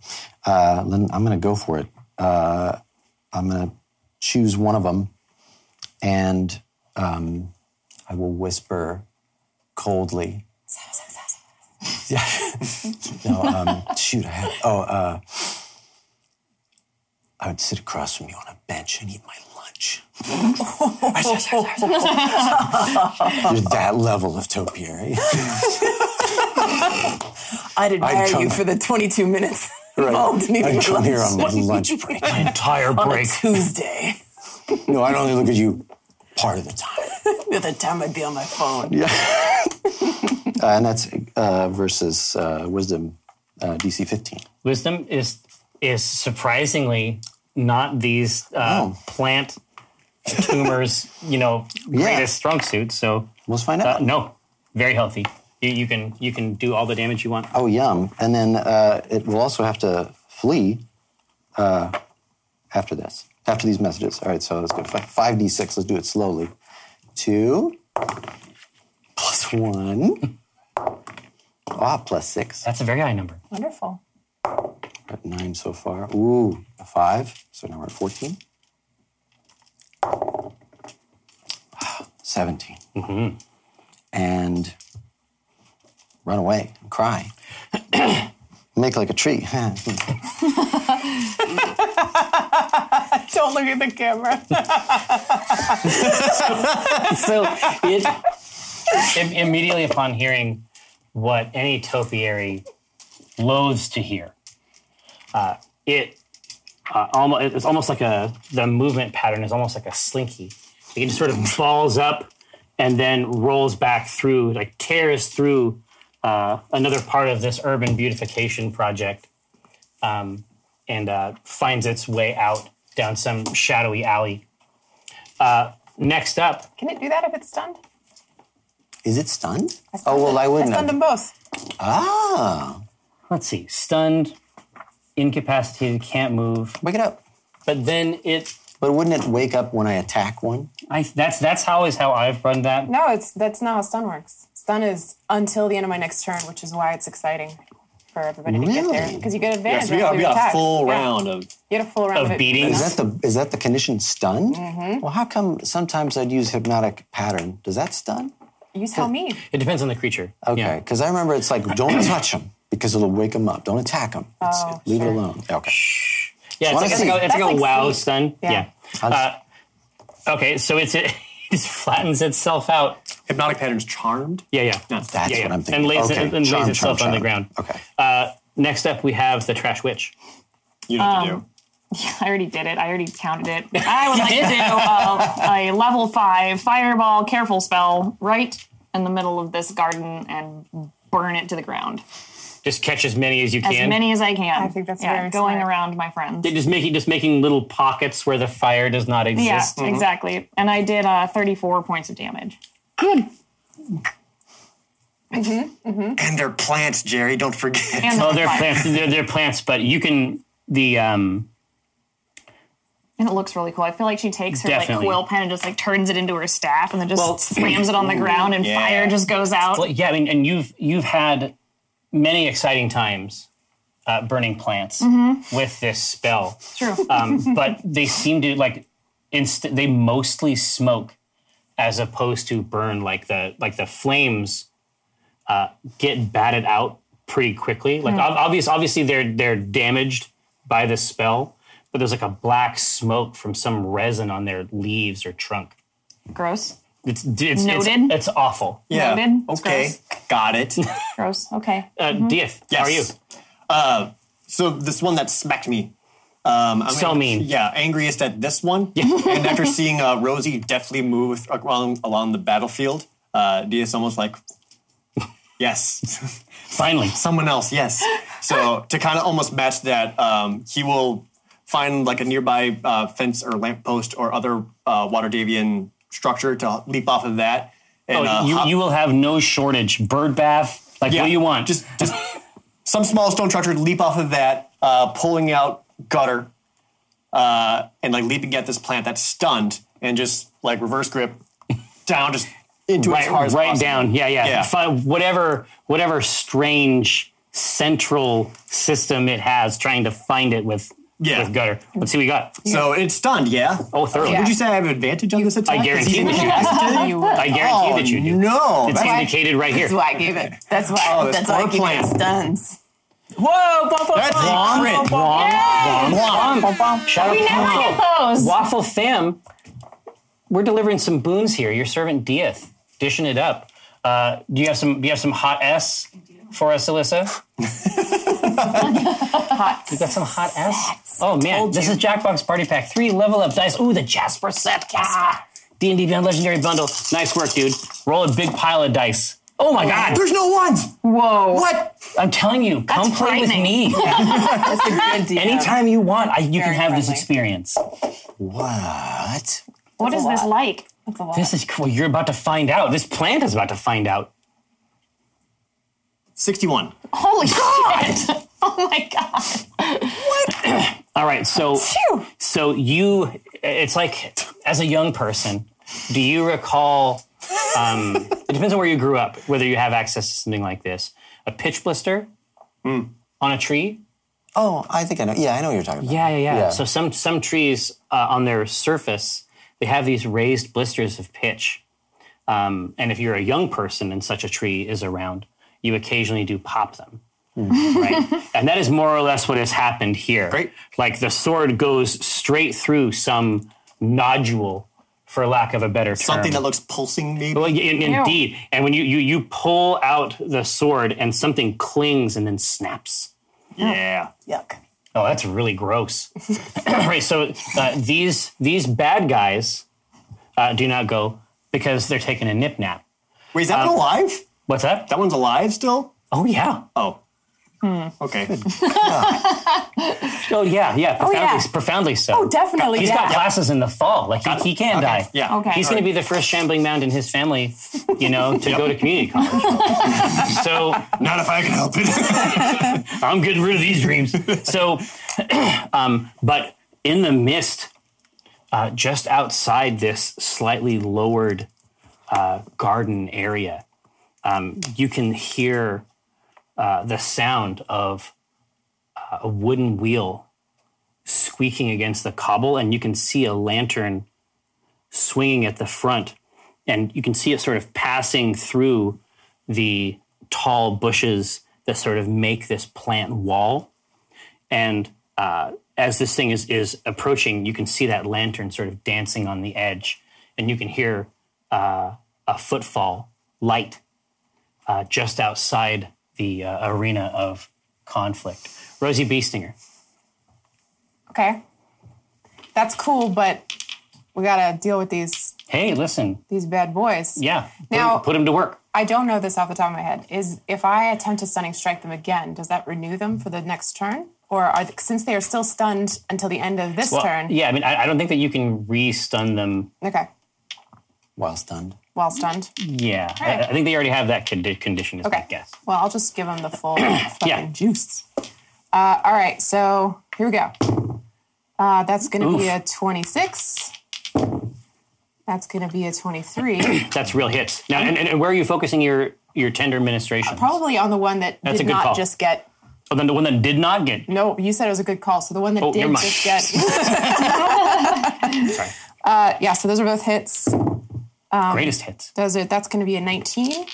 Uh, Lynn, I'm going to go for it. Uh, I'm going to choose one of them and um, I will whisper coldly. Yeah. no, um, shoot. I have, oh, uh, I would sit across from you on a bench and eat my lunch. You're that level of topiary.
I'd admire
I'd come-
you for the 22 minutes
Right.
involved in eating
I come
lunch
here on my lunch break.
Entire
Oh,
on
break.
a Tuesday.
No, I don't only look at you part of the time.
By the time I'd be on my phone.
Uh, and that's uh, versus uh, wisdom uh, DC 15.
Wisdom is is surprisingly not these uh,
Oh.
plant tumors. You know, greatest strong suit. So
Let's find
uh,
out.
no, very healthy. You, you can you can do all the damage you want.
Oh, yum. And then uh, it will also have to flee uh, after this, after these messages. All right, so let's go fi- 5d6. Let's do it slowly. Two plus one. Ah, plus six.
That's a very high number.
Wonderful.
We're at nine so far. Ooh, a five. So now we're at 14. 17. And run away and cry. Make like a tree.
Don't look at the camera.
so it, im- immediately upon hearing what any topiary loathes to hear, uh, it uh, almost it's almost like a the movement pattern is almost like a slinky. It just sort of balls up and then rolls back through, like tears through uh, another part of this urban beautification project, um, and uh, finds its way out down some shadowy alley. Uh, next up,
Can it do that if it's stunned?
Is it stunned?
stunned
Oh, well,
it.
I wouldn't
I stunned them
have.
both.
Ah,
let's see, stunned, incapacitated, can't move.
wake it up.
But then it,
But wouldn't it wake up when I attack one?
I that's that's how is how I've run that.
No, it's that's not how stun works. Stun is until the end of my next turn, which is why it's exciting for everybody to get there
Really?
because you get
Yeah,
advantage.
so we got,
after
we
your
got a
attacks.
full
Yeah.
round of
You get a full round
Of
it.
beatings?
Is that the is that the condition stunned?
Mm-hmm.
Well, how come sometimes I'd use hypnotic pattern? Does that stun?
You tell me.
It depends on the creature.
Okay, because I remember it's like, don't touch him because it'll wake him up. Don't attack him. It's,
Oh,
leave
sure.
it alone. Okay.
Yeah, it's
Wanna
like, it's
see.
like a, it's like a
That's like
wow
sleep.
stun. Yeah.
Yeah.
Uh, okay, so it's it just flattens itself out.
hypnotic patterns charmed.
Yeah, yeah.
That's
yeah, yeah.
what I'm thinking.
And lays,
okay.
it, and
Charm,
lays itself
charm,
on the
charm.
ground.
Okay.
Uh, next up, we have the trash witch.
You know what to do.
I already did it. I already counted it. I would like to do uh, a level five fireball careful spell right in the middle of this garden and burn it to the ground.
Just catch as many as you
As
can.
many as I can.
I think that's
yeah,
very
going
smart.
around my friends.
just making just making little pockets where the fire does not exist.
yeah, exactly. And I did uh, 34 points of damage. Good.
And they're plants, Jerry. Don't forget.
And
Oh, they're
fire.
plants. They're, they're plants, but you can the um,
And it looks really cool. I feel like she takes her
Definitely.
like quill pen and just like turns it into her staff and then just slams it on the ground and
Yeah.
fire just goes out.
Well, yeah, I mean, and you've you've had many exciting times uh, burning plants with this spell.
Mm-hmm. True.
um, but they seem to like inst- they mostly smoke as opposed to burn like the like the flames uh, get batted out pretty quickly
Hmm.
like ob- obvious obviously they're they're damaged by this spell but there's like a black smoke from some resin on their leaves or trunk
Gross.
it's it's it's,
Noted.
it's awful
Yeah.
Noted. It's
Okay. Got it.
Gross. Okay.
uh, Dieth, how are you
Yes. Uh, so this one that smacked me. Um, I'm
So mean.
Yeah, angriest at this one. and after seeing uh, Rosie deftly move along, along the battlefield, uh, Dia's almost like, yes,
finally
someone else, yes. So to kind of almost match that, um, he will find like a nearby uh, fence or lamppost or other uh, Waterdavian structure to leap off of that. And,
oh,
uh,
you,
hop-
you will have no shortage bird bath like what do you want
Just, just some small stone structure. Leap off of that, uh, pulling out gutter, uh, and like leaping at this plant that's stunned, and just like reverse grip down, just into it as
right,
hard as
right
possible.
down. Yeah, yeah.
Yeah.
Fi- whatever, whatever strange central system it has, trying to find it with
Yeah.
with gutter. Let's see what we got.
So it's stunned. Yeah.
Oh, thoroughly.
Would you say I have advantage on this attack?
I guarantee
Is he-
that you do. I guarantee that you do.
Oh, No,
it's
that's-
indicated right here.
That's why I gave it. That's why.
Oh, that's
that's why I
poor
gave
plan.
it stuns. Whoa! Bum, bum,
That's
bum,
a crit.
bum, bum,
Wrong, wrong, wrong.
bum, bum.
Shout
We never
out
get those.
Waffle Fam, we're delivering some boons here. Your servant Dieth, dishing it up. Uh, do you have some? Do you have some hot s for us, Alyssa?
Hot.
You got some hot s. Oh man, this is Jackbox Party Pack Three Level Up Dice. Ooh, the Jasper set.
Ah.
D and D Beyond Legendary Bundle. Nice work, dude. Roll a big pile of dice. Oh my God!
There's no ones.
Whoa.
What?
I'm telling you, come play with
frightening.
me
That's a good deal.
anytime you want. I, you can
Very
have this
friendly.
experience.
What?
What is this like?
That's a lot.
This is cool. You're about to find out. This plant is about to find out.
Sixty-one.
Holy shit! Oh my god!
All right, so so you it's like as a young person, do you recall um, it depends on where you grew up whether you have access to something like this. A pitch blister on a tree?
Oh, I think I know. Yeah, I know what you're talking about.
Yeah, yeah, yeah. So some some trees uh, on their surface they have these raised blisters of pitch, um, and if you're a young person and such a tree is around, you occasionally do pop them, right? And that is more or less what has happened here.
Mm. Great.
Like the sword goes straight through some nodule, for lack of a better term.
Something that looks pulsing, maybe.
Well, y- in- indeed. And when you, you you pull out the sword and something clings and then snaps.
yeah.
Yuck.
Oh, that's really gross. right. So uh, these these bad guys uh, do not go because they're taking a nip nap.
Wait, is that
Um,
one alive?
What's that?
That one's alive still.
Oh yeah.
Oh. Okay.
Oh yeah. Yeah. Profoundly,
yeah.
profoundly so.
Oh, definitely,
He's got
yeah.
classes in the fall. Like he, he can die.
Yeah.
Okay.
He's going to be the first shambling mound in his family, you know, to go to community college. so
Not if I can help it.
I'm getting rid of these dreams. So, um, but in the mist, uh, just outside this slightly lowered uh, garden area, um, you can hear uh, the sound of uh, a wooden wheel squeaking against the cobble, and you can see a lantern swinging at the front, and you can see it sort of passing through the tall bushes that sort of make this plant wall. And uh, as this thing is is approaching, you can see that lantern sort of dancing on the edge, and you can hear uh, a footfall light uh, just outside the uh, arena of conflict. Rosie Beestinger.
okay. That's cool, but we gotta deal with these
Hey, listen,
these bad boys.
yeah, put,
Now-
put him to work.
I don't know this off the top of my head. Is if I attempt to stunning strike them again, does that renew them for the next turn, or are th- since they are still stunned until the end of this
Well,
turn?
Yeah, I mean, I, I don't think that you can re-stun them.
Okay.
While stunned.
Well stunned.
Yeah, I-
Alright.
I, think they already have that condi- condition. Is my
Okay.
guess.
Well, I'll just give them the full fucking juice. Uh, all right, so here we go. Uh, that's going to be a 26. That's going to be a 23.
That's real hits. Now, and, and, and where are you focusing your your tender ministration?
Probably on the one that
That's a
did
good
not
call.
just get.
Oh, then the one that did not get.
No, you said it was a good call. So the one that
Oh,
did
never mind.
just get. Uh, yeah, so those are both hits. Um,
greatest hits.
Those are, that's going to be a 19.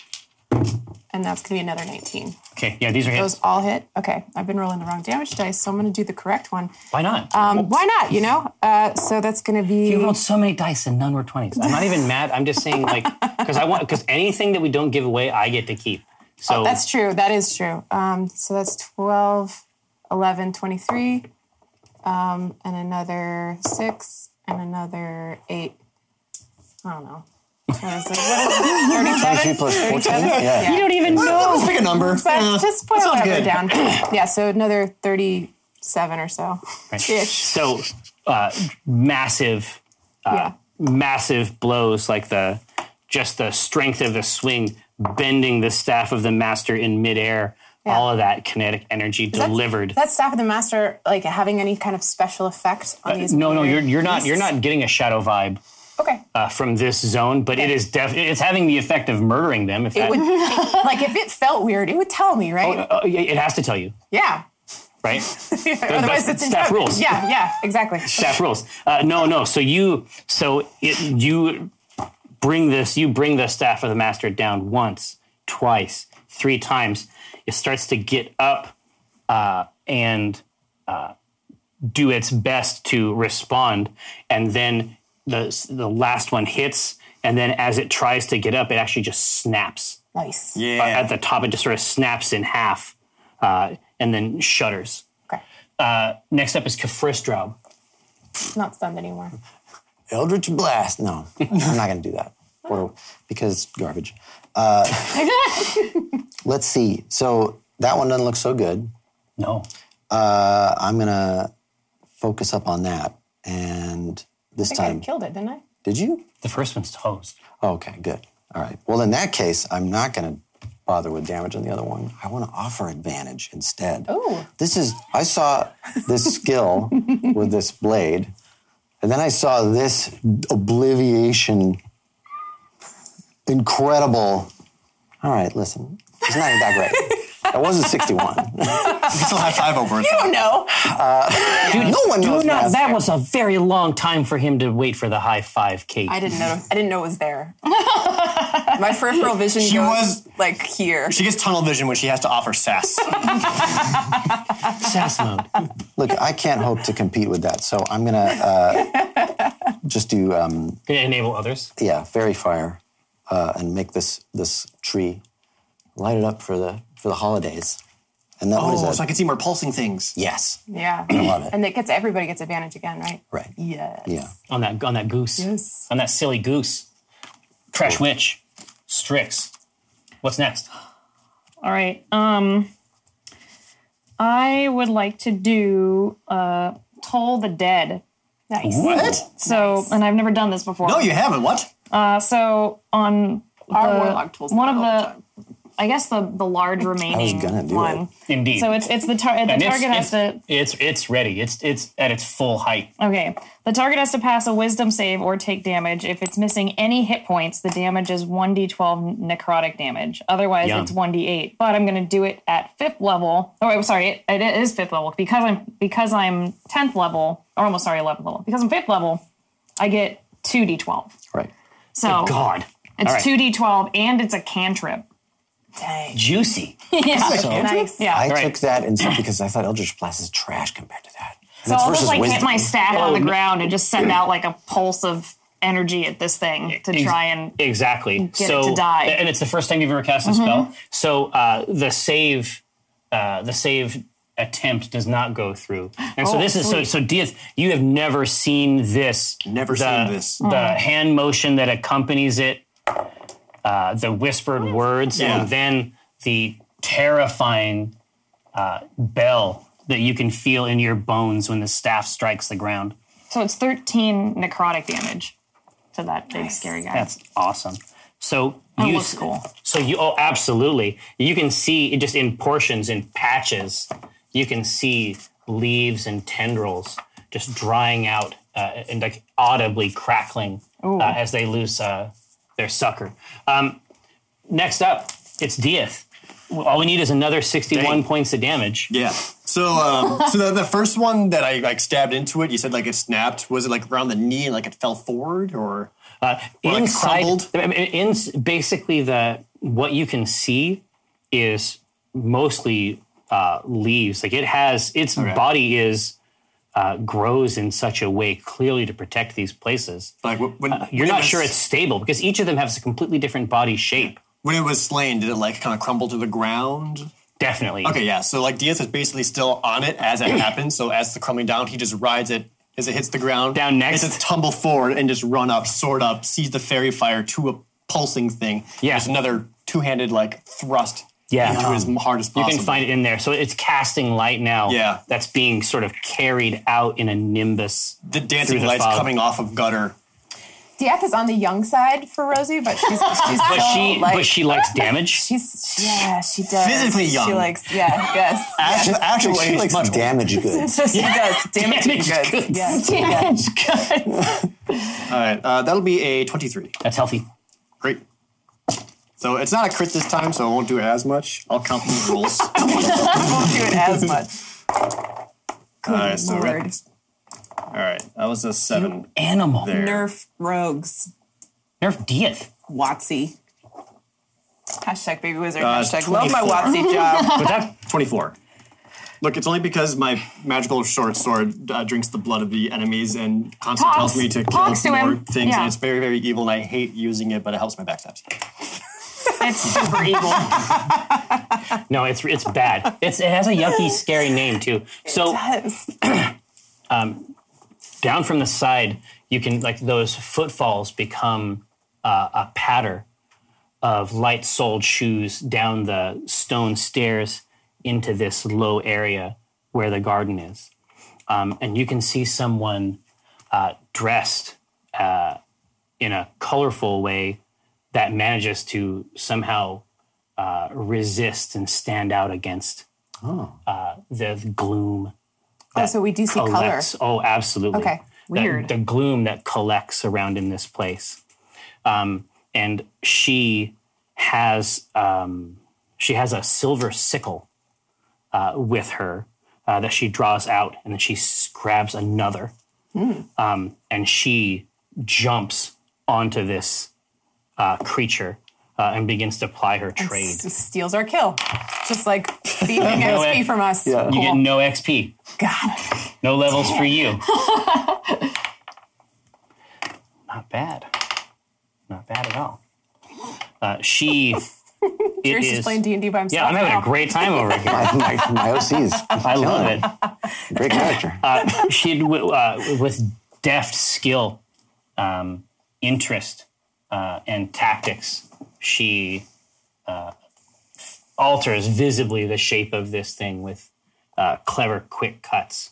And that's going to be another 19.
Okay, yeah, these are hits.
Those all hit. Okay, I've been rolling the wrong damage dice, so I'm going to do the correct one.
Why not?
Um, why not? You know. Uh, so that's going to be.
you rolled so many dice and none were twenties. I'm not even mad. I'm just saying, like, because I want because anything that we don't give away, I get to keep. So
Oh, That's true. That is true. Um, so that's 12, 11, 23, um, and another six, and another eight. I don't know. What is it? What is it?
23
37?
plus 14?
Yeah.
Yeah.
you don't even know.
Let's pick a number.
So
Yeah.
just put
That sounds
whatever
good.
down. yeah, so another 37 or so. Ish.
So uh, massive,
yeah.
massive blows like the just the strength of the swing bending the staff of the master in midair.
Yeah.
All of that kinetic energy
That's-
delivered.
That staff of the master, like having any kind of special effect on these?
Uh, no, no,
weird
you're you're not you're
beasts?
not getting a shadow vibe.
Okay.
Uh, from this zone, but it is def- it's having the effect of murdering them. If that,
It would, like if it felt weird, it would tell me, right?
uh, it has to tell you,
yeah.
right?
Otherwise,
that's
it's in
staff
trouble.
rules.
Yeah, yeah, exactly.
staff rules. Uh, no, no. So you, so it, you bring this, you bring the staff of the master down once, twice, three times. It starts to get up uh, and uh, do its best to respond, and then the the last one hits, and then as it tries to get up, it actually just snaps
Nice.
Uh, at the top. It just sort of snaps in half, uh, and then shudders.
Okay.
Uh, next up is Kafristraub.
It's not stunned anymore.
Eldritch Blast. No, I'm not going to do that. Or, because garbage. Uh, let's see. So that one doesn't look so good.
No.
Uh, I'm going to focus up on that. And this
I think
time,
I killed it, didn't I?
did you?
The first one's toast.
Okay, good. All right. Well, in that case, I'm not going to bother with damage on the other one. I want to offer advantage instead.
Ooh.
This is, I saw this skill with this blade, and then I saw this obliviation. Incredible. All right, listen, it's not even that great. That wasn't 61.
We still have five over it.
Oh no!
no one knows
Oh, No,
math.
that was a very long time for him to wait for the high five, Kate.
I didn't know. I didn't know it was there. My peripheral vision
She
goes
was-
like here.
She gets tunnel vision when she has to offer sass.
Sass mode.
Look, I can't hope to compete with that, so I'm going to uh, just do um,
Gonna enable others.
yeah, fairy fire, uh, and make this this tree light it up for the for the holidays. And that what is
oh,
that?
so I can see more pulsing things.
yes,
Yeah,
love it.
and it gets everybody gets advantage again, right?
right.
Yes.
Yeah.
On that on that goose.
Yes.
On that silly goose. Trash witch. Strix. What's next?
All right. Um, I would like to do uh, Toll the Dead.
Nice.
What?
So, and I've never done this before.
No, you haven't. What?
Uh, so on
Our
the-
warlock tools.
one of
do that all
the, I guess the the large remaining
gonna do
one.
Indeed.
So it's it's the tar- the
And it's-
target has to
it's, it's it's ready. It's it's at its full height.
Okay. The target has to pass a wisdom save or take damage. If it's missing any hit points, the damage is 1d12 necrotic damage. Otherwise,
Yum.
it's 1d8. But I'm going to do it at fifth level. Oh, I'm sorry. It, it is fifth level because I'm because I'm 10th level or almost sorry, 11th level. Because I'm fifth level, I get 2d12.
Right.
So
God.
it's
All right.
2d12 and it's a cantrip.
Dang.
Juicy.
So
Nice.
Yeah.
I
Right.
took that and because I thought Eldritch Blast is trash compared to that.
So
And that's
I'll just
versus
like hit
wisdom.
my staff on the
Oh, no.
ground and just send out like a pulse of energy at this thing to
Ex-
try and
exactly
it
so
to die. Mm-hmm.
and it's the first time you've ever cast a spell so uh, the save uh, the save attempt does not go through and so
Oh,
this is so
sweet.
so Diaz, you have never seen this
Never
the,
seen this.
the
Mm-hmm.
hand motion that accompanies it uh, the whispered words
Yeah.
and then the terrifying uh, bell that you can feel in your bones when the staff strikes the ground
So it's 13 necrotic damage to that big scary guy.
That's awesome. So
That
you
looks cool.
So you oh absolutely. You can see it just in portions in patches. You can see leaves and tendrils just drying out uh, and like audibly crackling uh, as they lose uh, their sucker. Um, next up, it's Dieth. All we need is another 61
Dang.
points of damage.
Yeah.
So, um, so the, the first one that I like stabbed into it, you said like it snapped. Was it like around the knee and like it fell forward, or
Uh,
like,
inside,
crumbled?
I mean, in, basically, the what you can see is mostly uh, leaves. Like it has its body is uh, grows in such a way clearly to protect these places.
like wh- when
Uh, You're
when it
not
was-
sure it's stable because each of them has a completely different body shape.
when it was slain? Did it like kind of crumble to the ground?
Definitely.
Okay, yeah. So like Diaz is basically still on it as it happens. So as the crumbling down, he just rides it as it hits the ground.
Down next.
It's a tumble forward and just run up, sword up, seize the fairy fire to a pulsing thing.
Yeah.
Just another two-handed like thrust
Yeah.
into his hardest
You
possible.
can find it in there. So it's casting light now.
Yeah.
That's being sort of carried out in a nimbus.
the dancing
through the
lights
fog.
coming off of gutter.
Dieth is on the young side for Rosie, but she's, she's
But
still
she
like
but she likes damage.
she's yeah she does
Physically young.
She likes yeah yes.
Actually, actually
She likes
much
damage goods.
She does. Damage
Damaged
goods.
goods.
Yeah.
All right, uh, that'll be a 23.
That's healthy.
Great. So it's not a crit this time, so I won't do as much. I'll count these rolls. All
Won't do it as much.
right, so
Lord.
all right, that was a seven.
Animal.
There.
Nerf rogues.
Nerf Dieth.
Watsy. Hashtag baby wizard.
Uh,
Hashtag love my
24.
Watsy job.
But that
24. Look, it's only because my magical short sword uh, drinks the blood of the enemies and constantly
Pogs.
tells me to
Pogs to
kill more
him.
things,
Yeah.
and it's very, very evil, and I hate using it, but it helps my backstabs.
It's super evil.
no, it's it's bad. It's it has a yucky, scary name too. So um,
Yes.
down from the side, you can like those footfalls become uh, a patter of light-soled shoes down the stone stairs into this low area where the garden is, um, and you can see someone uh, dressed uh, in a colorful way that manages to somehow uh, resist and stand out against uh, the gloom
Oh, so we do see color.
collects. Oh, absolutely.
Okay,
The-
weird.
The, gloom that collects around in this place, um, and she has um, she has a silver sickle uh, with her uh, that she draws out, and then she s- grabs another,
Hmm.
um, and she jumps onto this uh, creature uh, and begins to ply her trade.
S- steals our kill, just like thieving XP from us.
You get no XP. God. No levels for you. Not bad. Not bad at all. Uh, she. it
Here's
is-
just playing D and D by himself.
yeah, I'm having
now.
a great time over here.
my, my, my OC's
I love it.
great character.
Uh, she w- uh, with deft skill, um, interest, uh, and tactics, she uh, alters visibly the shape of this thing with uh, clever, quick cuts.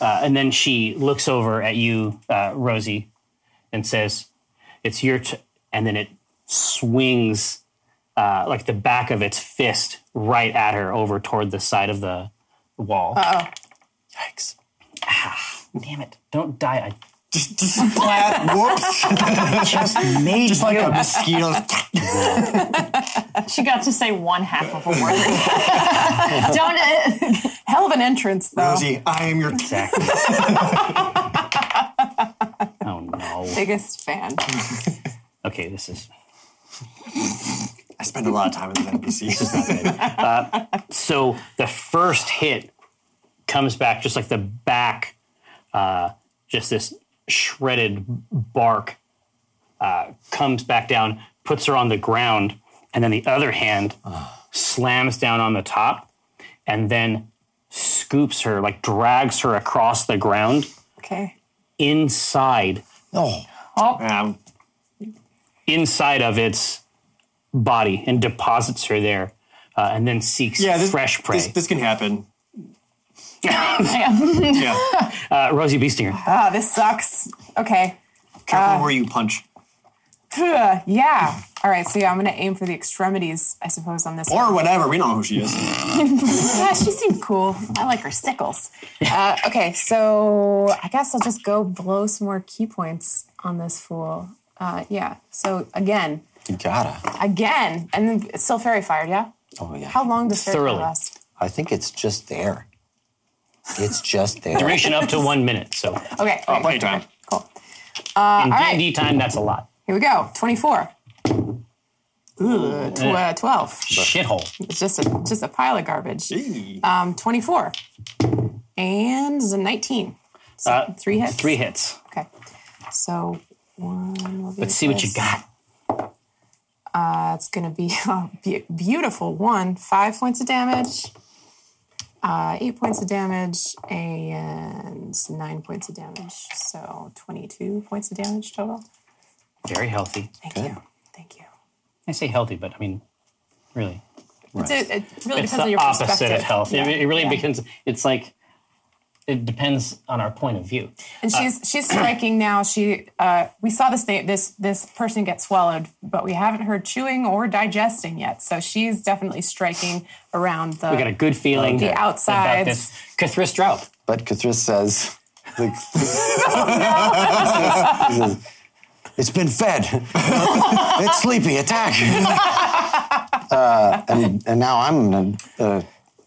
Uh, and then she looks over at you, uh, Rosie, and says, "It's your." T-, and then it swings. Uh, like the back of its fist right at her over toward the side of the wall.
Yikes.
Damn it. Don't die.
Just, just flat, whoops.
I just made
Just like a mosquito.
She got to say one half of a word. Don't. Uh,
Hell of an entrance, though.
Rosie, I am your
exactly. oh no.
Biggest fan.
Okay, this is
I spend a lot of time with these NPCs.
so the first hit comes back just like the back, uh, just this shredded bark uh, comes back down, puts her on the ground, and then the other hand slams down on the top, and then scoops her like drags her across the ground
Okay.
inside
Oh,
um,
inside of its body and deposits her there, uh, and then seeks
yeah, this,
fresh prey.
This, this can happen.
yeah.
Yeah.
uh, Rosie Beestinger.
Ah, this sucks. Okay.
Careful where you punch.
Pugh, yeah. All right, so yeah, I'm going to aim for the extremities, I suppose, on this
Or whatever. We don't know who she is.
Yeah, she seemed cool. I like her sickles. Uh, okay, so I guess I'll just go blow some more key points on this fool. Uh, yeah, so again,
You gotta.
again, and then it's still fairy fired, yeah?
Oh yeah.
How long does fairy fire
Thoroughly.
last?
I think it's just there. It's just there.
Duration up to one minute. So
Okay,
Oh, plenty of time.
cool.
in D
Uh, right.
and D time, that's a lot.
Here we go. 24. Ooh, tw- uh, 12.
Shithole.
It's just a, just a pile of garbage. Um, 24. And it's a 19. So
Uh,
three hits?
Three hits.
Okay. So one will be.
Let's see what you
this.
got.
That's going to be a be- beautiful one. Five points of damage, uh, eight points of damage, and nine points of damage. So 22 points of damage total.
Very healthy.
Thank you. Thank you.
I say healthy, but I mean, really,
It's- it really
it's
depends on
the
your
opposite
perspective.
of health. It-
Yeah.
It, really becomes. It's like it depends on our point of view.
And she's she's striking now. She uh, we saw this thing, this this person get swallowed, but we haven't heard chewing or digesting yet. So she's definitely striking around the.
We got a good feeling
The
about
outsides.
this Cthulhu drought.
But Kathris says, like, he says, it's been fed. it's sleepy. Attack. uh, and, and now I'm uh,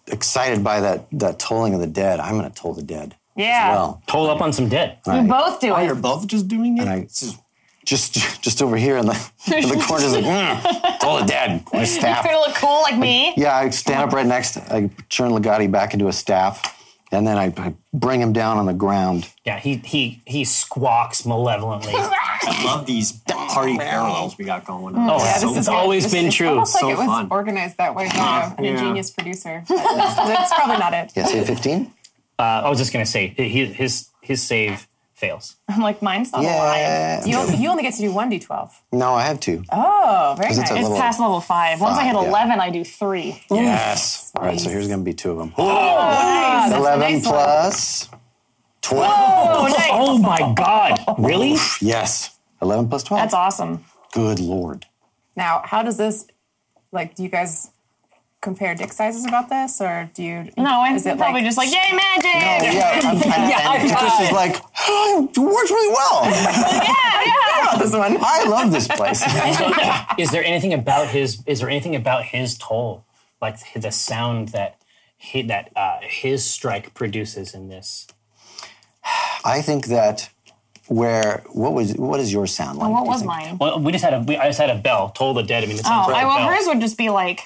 excited by that, that tolling of the dead. I'm going to toll the dead
Yeah.
as well.
Toll up on some dead.
We both do
Oh,
it.
you're both just doing it?
And I just, just, just over here in the, in the corner, is like, mm, toll the dead. My staff.
You're gonna look cool like me.
Yeah, I stand up right next. I turn Legati back into a staff, and then I, I bring him down on the ground.
Yeah, he he he squawks malevolently.
I love these party parallels we got going on.
Oh,
Yeah,
so
this
it's
is weird.
always
It's-
been
it's
true.
Almost
so
like it was
fun.
organized that way. Yeah, an
Yeah.
ingenious producer. But That's, that's probably not it.
Yeah, say fifteen.
Uh, I was just gonna say he, his his save fails.
I'm like, mine's not alive.
Yeah.
You, you only get to do one d12.
No, I have two.
Oh, very
Is it
nice.
a
It's
level-
past level five. Once I hit
Five, yeah.
11, I do three.
yes. All right, so here's gonna be two of them.
Oh,
Oh,
That's a
Eleven
nice one.
plus twelve.
Oh, my god! Really?
Yes. Eleven plus twelve.
That's awesome.
Good lord.
Now, how does this? Like, do you guys compare dick sizes about this, or do you?
No, I
is
think
it
probably just like, yay, magic!
Yeah, I'm kind of. and Chris is like, oh, it works really well.
this one.
I love this place.
is there anything about his? Is there anything about his toll, like h- the sound that he, that uh, his strike produces in this?
I think that where what was what is your sound like?
What
do you
was
think?
mine?
Well, we just had a we, I just had a bell toll the dead. I mean, it sounds
Oh,
like
I,
a
well,
bell.
hers would just be like,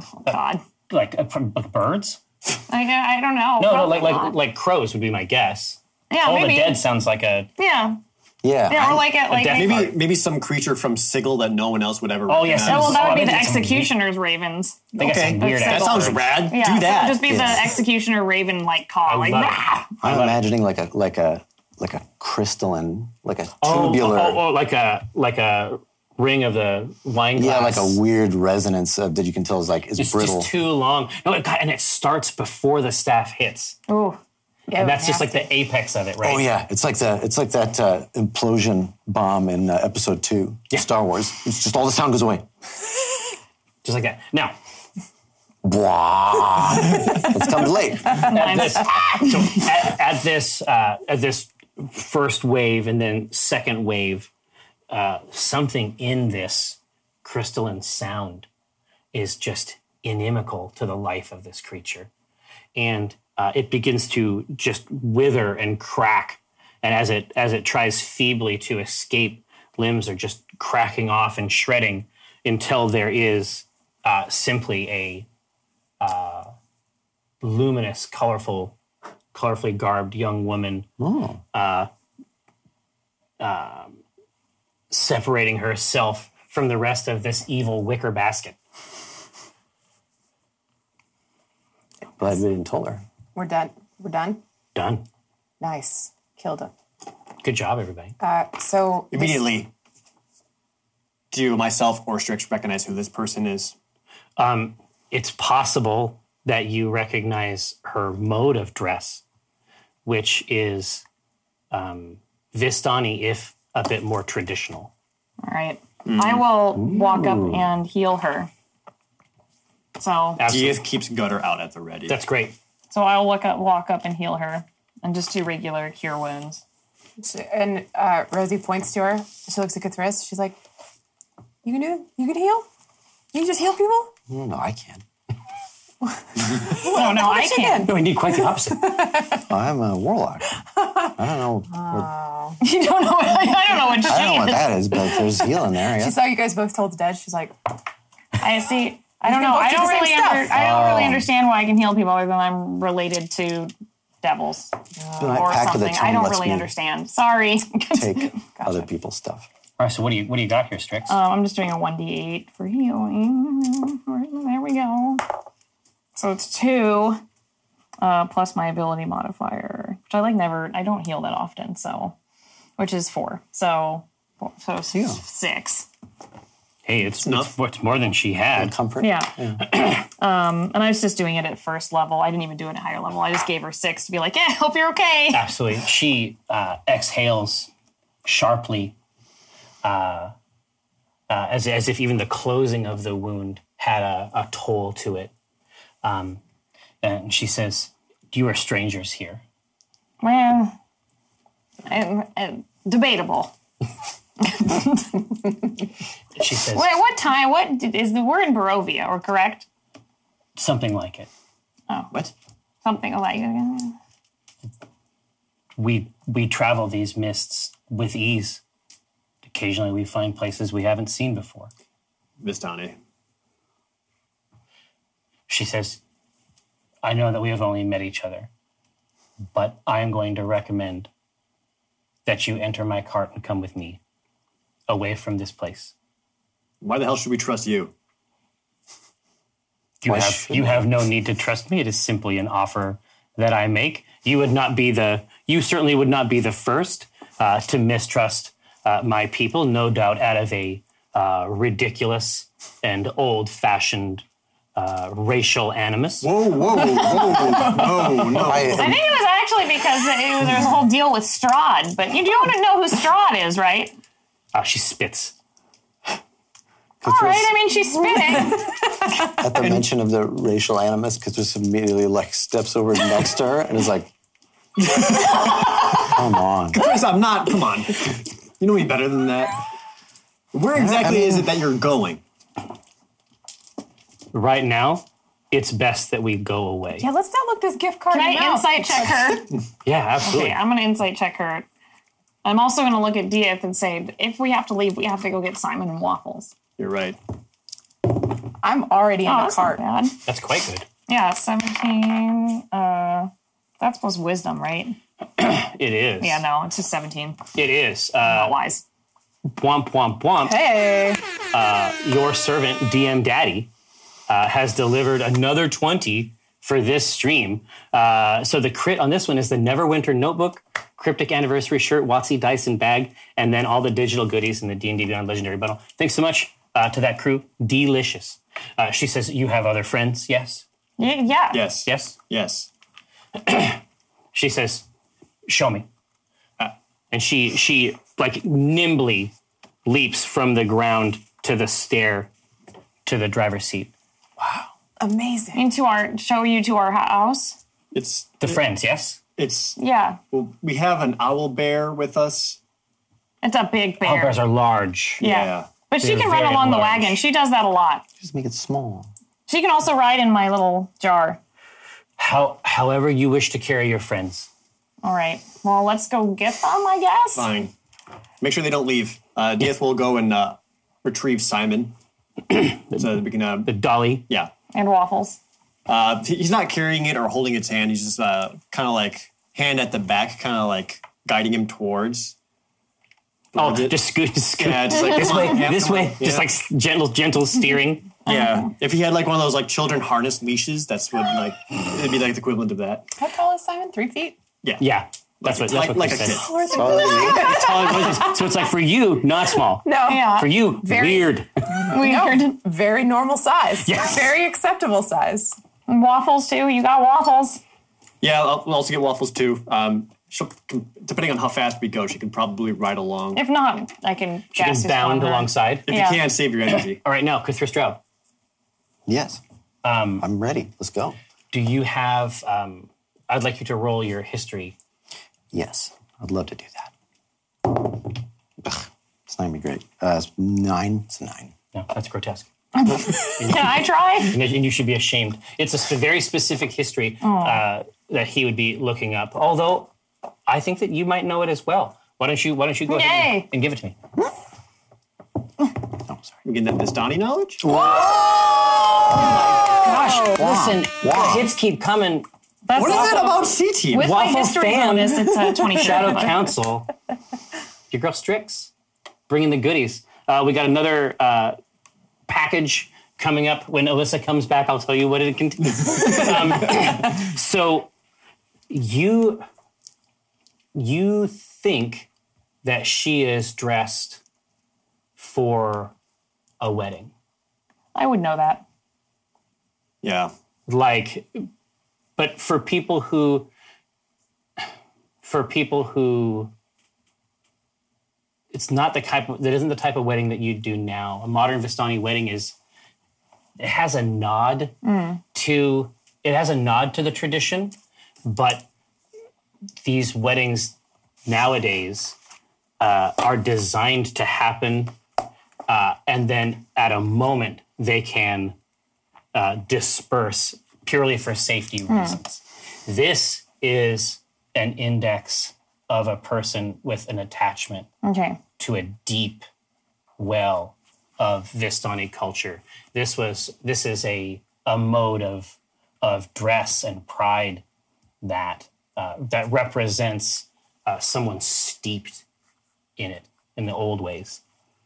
oh, God.
like uh, from- like birds.
Like, I I don't know.
No, no,
Probably
like like
not.
like crows would be my guess.
Oh yeah,
toll
maybe.
the dead sounds like a
Yeah.
Yeah.
Yeah, or like at like.
death
maybe-
card.
Maybe, maybe some creature from Sigil that no one else would ever.
Oh, yes,
recognize.
that
Oh, well, that would be
Oh,
the
I think it's some-
executioner's ravens.
they got
Okay.
some weird.
that
ass
sounds
birds.
rad.
Yeah, so
Do
it
that.
would just be the executioner raven like call. Like,
love it.
"Rah!"
I'm imagining like a like a like a crystalline, like a
Oh,
tubular,
Oh, oh, like a like a ring of the wine glass.
yeah, like a weird resonance of, that you can tell is like is
It's
brittle.
just too long. No, it, God, and it starts before the staff hits.
Ooh.
Yeah,
And that's just like the apex of it, right?
oh yeah, it's like the it's like that uh, implosion bomb in uh, Episode Two, Star Wars. It's just all the sound goes away.
Just like that. Now,
Blah. it's comes late.
at this, so at, at this, uh, at this first wave and then second wave, uh, something in this crystalline sound is just inimical to the life of this creature, and uh, it begins to just wither and crack. And as it as it tries feebly to escape, limbs are just cracking off and shredding until there is uh, simply a uh, luminous, colorful, colorfully garbed young woman,
Oh,
uh, um, separating herself from the rest of this evil wicker basket.
Glad we didn't tell her.
we're done. We're done.
Done.
Nice. Killed him.
Good job, everybody.
Uh, so this-
Immediately, do myself or Strix recognize who this person is?
it's possible that you recognize her mode of dress, which is um, Vistani, if a bit more traditional.
All right. I will walk up and heal her. So
Absolutely.
Diaz keeps gutter out at the ready.
That's great.
so I'll look up, walk up and heal her, and just do regular cure wounds.
And uh, Rosie points to her. She looks at Kathris. She's like, "You can do. You can heal. You can just heal people.
No, no, I can't.
Oh no, I
Yes, you
can't.
No, indeed, quite the opposite.
I'm a warlock. I don't know. What,
You don't know. I don't know what she
I don't know what
is.
that is, but there's healing there.
She
Yeah.
saw you guys both told the dead. She's like,
I see. I
can
don't know.
both
I
do
don't
the same
really.
stuff.
Under, I don't really understand why I can heal people other than I'm related to devils or
Pact of the
something. I
Tomb
don't
lets
really
me
understand. Sorry.
Take other people's stuff.
All right, so what do you what do you got here, Strix?
Um, I'm just doing a 1d8 for healing. There we go. So it's two uh, plus my ability modifier, which I like never, I don't heal that often, so, which is four. So, four- so s- six.
hey, it's it's, it's more than she had.
Comfort.
Yeah. um, and I was just doing it at first level. I didn't even do it at higher level. I just gave her six to be like, yeah, hope you're okay.
Absolutely, she uh, exhales sharply, uh, uh, as as if even the closing of the wound had a, a toll to it. Um, and she says, "You are strangers here."
Well, I, I, debatable.
She says
Wait, what time? What is the word in Barovia, or correct?
something like it.
What?
Something like
we we travel these mists with ease. Occasionally, we find places we haven't seen before.
Vistani.
She says, "I know that we have only met each other, but I am going to recommend that you enter my cart and come with me away from this place.
Why the hell should we trust you?
You
Why
have
should
you
I?
have no need to trust me. It is simply an offer that I make. You would not be the you certainly would not be the first uh, to mistrust uh, my people. No doubt, out of a uh, ridiculous and old-fashioned uh, racial animus.
Whoa, whoa, whoa, no, no.
I think it was actually because it was, there was a whole deal with Strahd, but you don't know who Strahd is, right?
Ah, she spits.
All right, I mean, she's spitting.
At the mention of the racial animus, Kathris immediately like steps over next to her and is like, "Come on."
Chris, I'm not. Come on. You know me better than that. Where exactly is it that you're going?
Right now, it's best that we go away.
"Yeah, let's not look this gift card
Can
in the
I
mouth."
insight check her?
Yeah, absolutely.
Okay, I'm going to insight check her. I'm also going to look at Dieth and say, if we have to leave, we have to go get Simon and Waffles.
You're right.
I'm already in
Oh,
the
that's not
cart.
bad.
That's quite good.
Yeah, 17. Uh, that's was wisdom, right?
It is.
Yeah, no, it's just 17.
It is. Uh,
Not wise.
womp womp womp.
Hey,
your servant DM Daddy uh, has delivered another 20 for this stream. Uh, so the crit on this one is the Neverwinter notebook, cryptic anniversary shirt, Watsy dice and bag, and then all the digital goodies in the D&D Beyond Legendary bundle. Thanks so much uh, to that crew. Delicious. Uh, she says you have other friends. Yes.
Y- Yeah.
Yes.
Yes.
Yes.
She says, "Show me." Uh, and she she like nimbly leaps from the ground to the stair to the driver's seat.
amazing.
Into our, show you to our house.
It's
The friends, yes.
it's
Yeah.
well, we have an owl bear with us.
It's a big bear.
Owlbears are large.
Yeah.
Yeah.
But she
They're
can run
very
along the
large.
wagon. She does that a lot.
Just make it small.
She can also ride in my little jar.
How, however you wish to carry your friends.
All right. Well, let's go get them, I guess.
Fine. Make sure they don't leave. Uh, Diaz will go and uh, retrieve Simon, so that we can. Uh,
The dolly.
yeah.
And waffles.
Uh, he- he's not carrying it or holding its hand. He's just uh, kind of like hand at the back, kind of like guiding him towards.
Oh,
Towards it.
just scoot, scoot.
yeah, just like
This
come
way,
on, yeah,
this
come on.
way. Just
Yeah.
like s- gentle, gentle steering.
Yeah, if he had like one of those like children harness leashes, that's what like it'd be like the equivalent of that.
How tall is Simon? Three feet.
Yeah,
Yeah, that's what. That's
like,
what
like
they
a
said.
kid.
That's all it was. So it's like for you, not small.
No,
Yeah.
Oh. For you,
Very-
weird.
Weird.
very normal size.
Yes.
very acceptable size.
And waffles, too. You got waffles.
Yeah, I'll, we'll also get waffles too. Um, she'll, depending on how fast we go, she can probably ride along.
If not, I can
She
gas
can
his
bound
longer.
alongside.
If
yeah.
you can, save your energy.
All right, now, Kuthra Straub,
Yes. I'm ready. Let's go.
do you have? Um, I'd like you to roll your history.
Yes. I'd love to do that. Ugh, it's not going to be great. Uh, it's nine. It's a nine.
No, that's grotesque.
Can I try?
And you should be ashamed. It's a sp- very specific history uh, that he would be looking up. Although, I think that you might know it as well. Why don't you? Why don't you go ahead and,
Yay.
and give it to me?
You getting that Vistani knowledge?
Gosh, listen,
Wow.
the hits keep coming.
That's
What is
also-
it about C team?
With my
Waffle
history
fam.
bonus, it's uh, a 22.
Shadow Council. Your girl Strix, bringing the goodies. Uh, we got another uh, package coming up when Alyssa comes back. I'll tell you what it contains. um, so you you think that she is dressed for a wedding,
I would know that.
Yeah.
like, but for people who for people who it's not the type of, that isn't the type of wedding that you do now. A modern Vistani wedding is it has a nod to it has a nod to the tradition, but these weddings nowadays uh, are designed to happen, uh, and then at a moment they can uh, disperse purely for safety reasons. This is an index of a person with an attachment
Okay.
to a deep well of Vistani culture. This was this is a a mode of of dress and pride that uh, that represents uh, someone steeped in it in the old ways.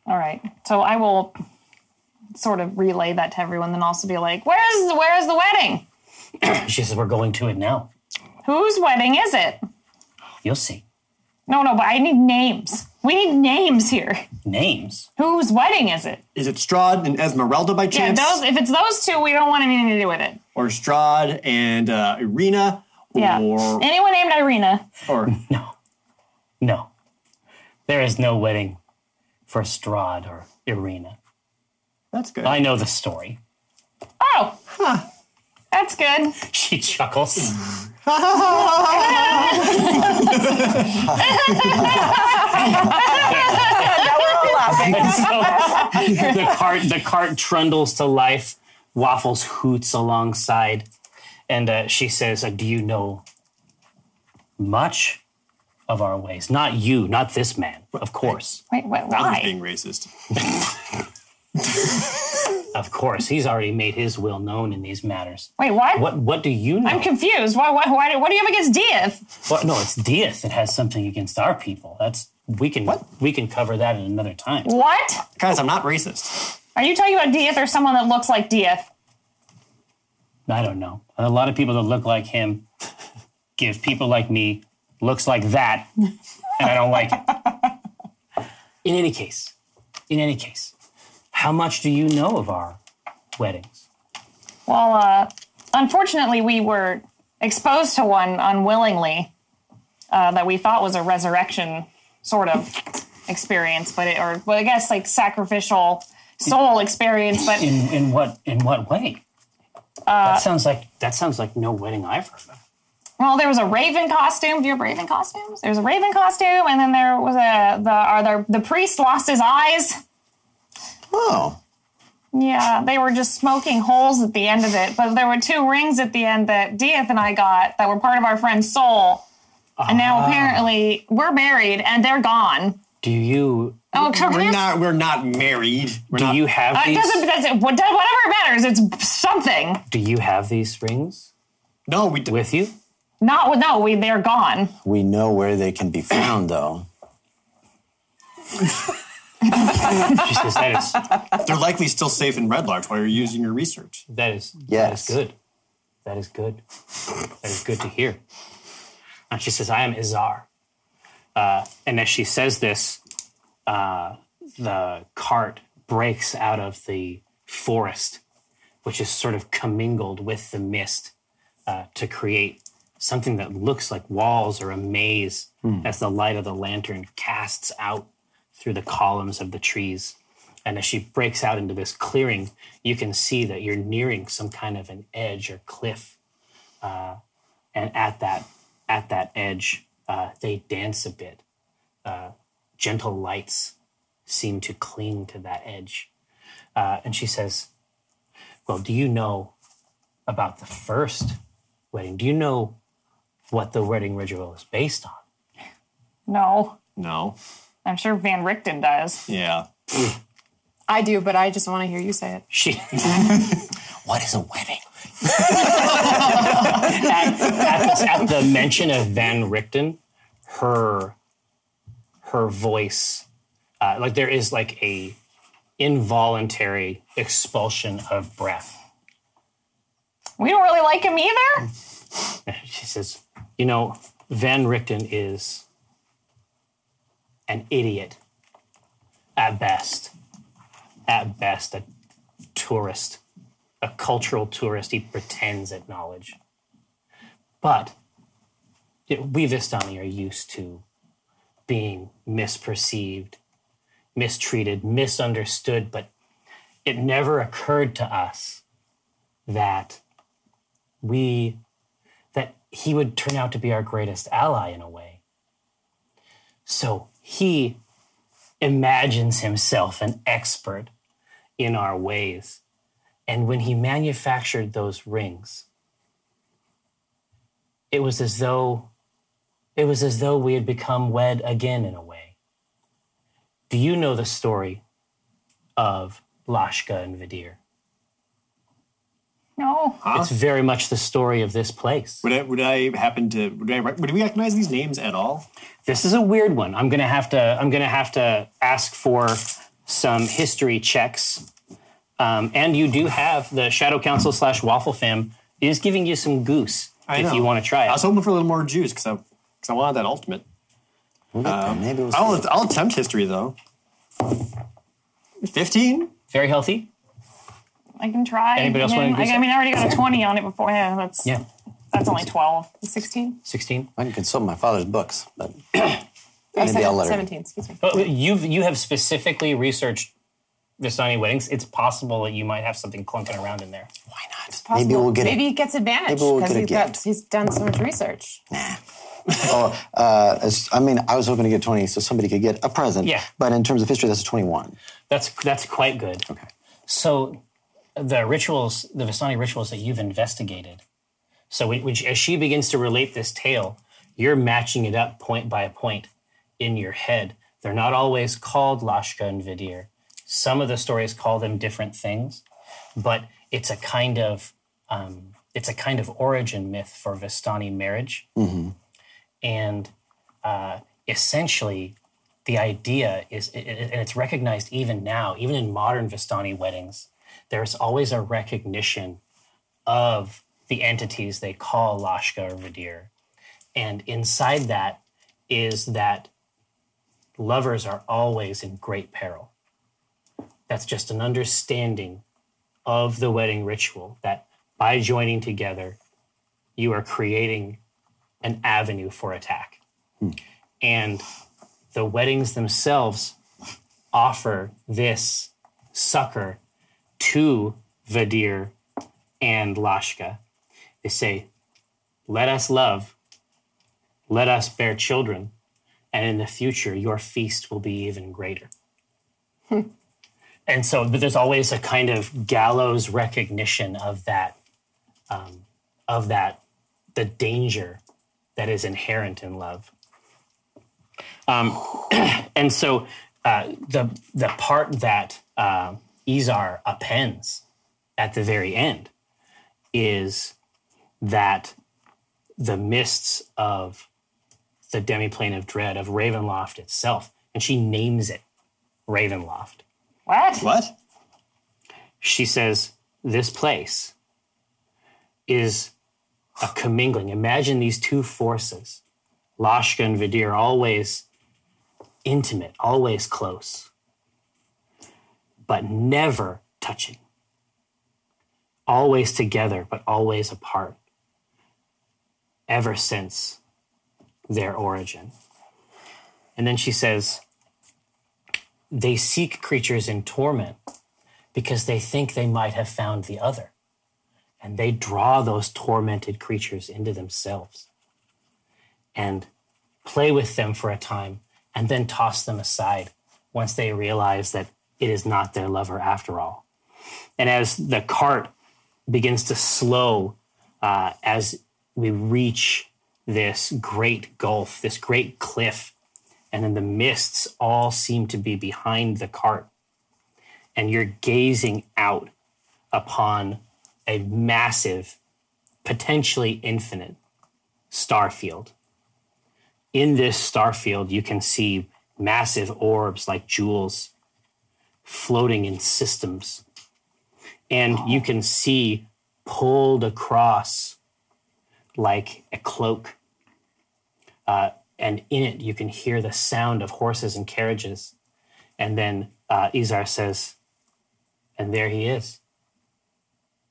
All right. So I will sort of relay that to everyone, then also be like, "Where's where's the wedding?
She says, "We're going to it now.
Whose wedding is it?"
You'll see
No, no, but I need names. We need names here.
names."
Whose wedding is it?
Is it Strahd and Esmeralda by
Yeah,
chance?
those. If it's those two, we don't want anything to do with it.
or Strahd and uh, Irina?
Yeah.
Or,
Anyone named Irina?
or
No. There is no wedding for Strahd or Irina.
that's good.
I know the story.
Oh, that's good.
She chuckles. And so the cart the cart trundles to life. Waffles hoots alongside, and uh, she says, uh, "Do you know much of our ways? Not you, not this man, of course."
Wait, what?
Alan's
Why?
being racist.
Of course, he's already made his will known in these matters.
Wait, what?
What what do you know?
I'm confused. Why? Why? Why? do- What do you have against Dieth?
Well, no, it's Dieth that has something against our people. That's we can we can cover that at another time.
What?
Guys, I'm not racist.
Are you talking about Dieth or someone that looks like Dieth?
I don't know. A lot of people that look like him give people like me looks like that, and I don't like it. In any case, in any case, how much do you know of our weddings?
Well, uh, unfortunately, we were exposed to one unwillingly uh, that we thought was a resurrection sort of experience, but it, or well, I guess like sacrificial soul experience. But
In in what in what way?
Uh,
that sounds like that sounds like no wedding I've heard of.
well, there was a raven costume. Do you have raven costumes? There was a raven costume, and then there was a the are there, the priest lost his eyes.
Oh.
Yeah, they were just smoking holes at the end of it. But there were two rings at the end that Dieth and I got that were part of our friend's soul. And
Ah.
now apparently we're married and they're gone.
Do you
Oh,
We're
careers-
not. We're not married. We're
do
not,
you have
Uh, it
these?
doesn't, that's it. What- Whatever matters, it's something.
Do you have these rings
No, we.
with you?
Not with- no, we they're gone.
We know where they can be found, though.
She says that is
They're likely still safe in Red Larch while you're using your research.
that is
Yes.
that is good. That is good. That is good to hear. And she says, "I am Izar." Uh, and as she says this, uh, the cart breaks out of the forest, which is sort of commingled with the mist uh, to create something that looks like walls or a maze as the light of the lantern casts out through the columns of the trees. And as she breaks out into this clearing, you can see that you're nearing some kind of an edge or cliff. Uh, and at that, at that edge, uh, they dance a bit. Uh, gentle lights seem to cling to that edge. Uh, and she says, Well, do you know about the first wedding? Do you know what the wedding ritual is based on?
No,
No.
I'm sure Van Richten does.
Yeah.
I do, but I just want to hear you say it.
She
What is a wedding?
at, at the mention of Van Richten, her her voice, uh, like there is like a involuntary expulsion of breath.
We don't really like him either.
She says, "You know, Van Richten is an idiot at best. At best, a tourist, a cultural tourist. He pretends at knowledge, but it, we Vistani are used to being misperceived, mistreated, misunderstood. But it never occurred to us that." We that he would turn out to be our greatest ally in a way. So he imagines himself an expert in our ways. And when he manufactured those rings, it was as though it was as though we had become wed again in a way. Do you know the story of Lashka and Vidir?
No.
It's very much the story of this place.
Would I, would I happen to, would, I, rec- would we recognize these names at all?
this is a weird one. I'm gonna have to I'm gonna have to ask for some history checks. Um, and you do have the Shadow Council slash Waffle Fam is giving you some goose
I
if
know.
you want to try
I was
it.
hoping for a little more juice because I, cause I wanted that ultimate.
We'll get there. Maybe we'll see.
I'll, I'll attempt history though. 15?
Very healthy.
I can try.
Anybody else
him.
wanna do
I, I mean, I already got a 20 on it beforehand. That's
Yeah,
that's only 12.
16?
sixteen.
I can consult my father's books, but
Oh,
Maybe
seven-
I'll let her-
17, excuse me.
But you Oh, you have specifically researched Vistani weddings. It's possible that you might have something clunking around in there.
maybe we'll get it.
Maybe he gets advantage
Maybe we'll
because
get a
he's got-
gift.
he's done so much research.
Oh, uh, as- I mean, I was hoping to get 20 so somebody could get a present.
Yeah.
But in terms of history, that's a 21.
That's that's quite good. Okay. So the rituals, the Vistani rituals that you've investigated. So when- when she- as she begins to relate this tale, you're matching it up point by point in your head. They're not always called Lashka and Vidir. Some of the stories call them different things, but it's a kind of um, it's a kind of origin myth for Vistani marriage, and uh, essentially the idea is, i- i- and it's recognized even now, even in modern Vistani weddings, there's always a recognition of the entities they call Lashka or Vadir. And inside that is that lovers are always in great peril. That's just an understanding of the wedding ritual that by joining together, you are creating an avenue for attack. And the weddings themselves offer this succor to Vadir and Lashka. They say, Let us love, let us bear children, and in the future, your feast will be even greater. and so, but there's always a kind of gallows recognition of that, um, of that, the danger that is inherent in love. Um, and so uh, the the part that uh, Izar appends at the very end is that the mists of the demiplane of dread of Ravenloft itself, and she names it Ravenloft.
What?
What?
She says this place is a commingling. Imagine these two forces, Lashka and Vidir, always intimate, always close, but never touching. Always together, but always apart. ever since their origin. And then she says, They seek creatures in torment because they think they might have found the other. And they draw those tormented creatures into themselves and play with them for a time and then toss them aside once they realize that it is not their lover after all. And as the cart begins to slow uh, as we reach this great gulf, this great cliff, and then the mists all seem to be behind the cart. And you're gazing out upon a massive, potentially infinite starfield. In this starfield, you can see massive orbs like jewels floating in systems and you can see pulled across like a cloak. Uh, and in it, you can hear the sound of horses and carriages. And then uh, Izar says, and there he is,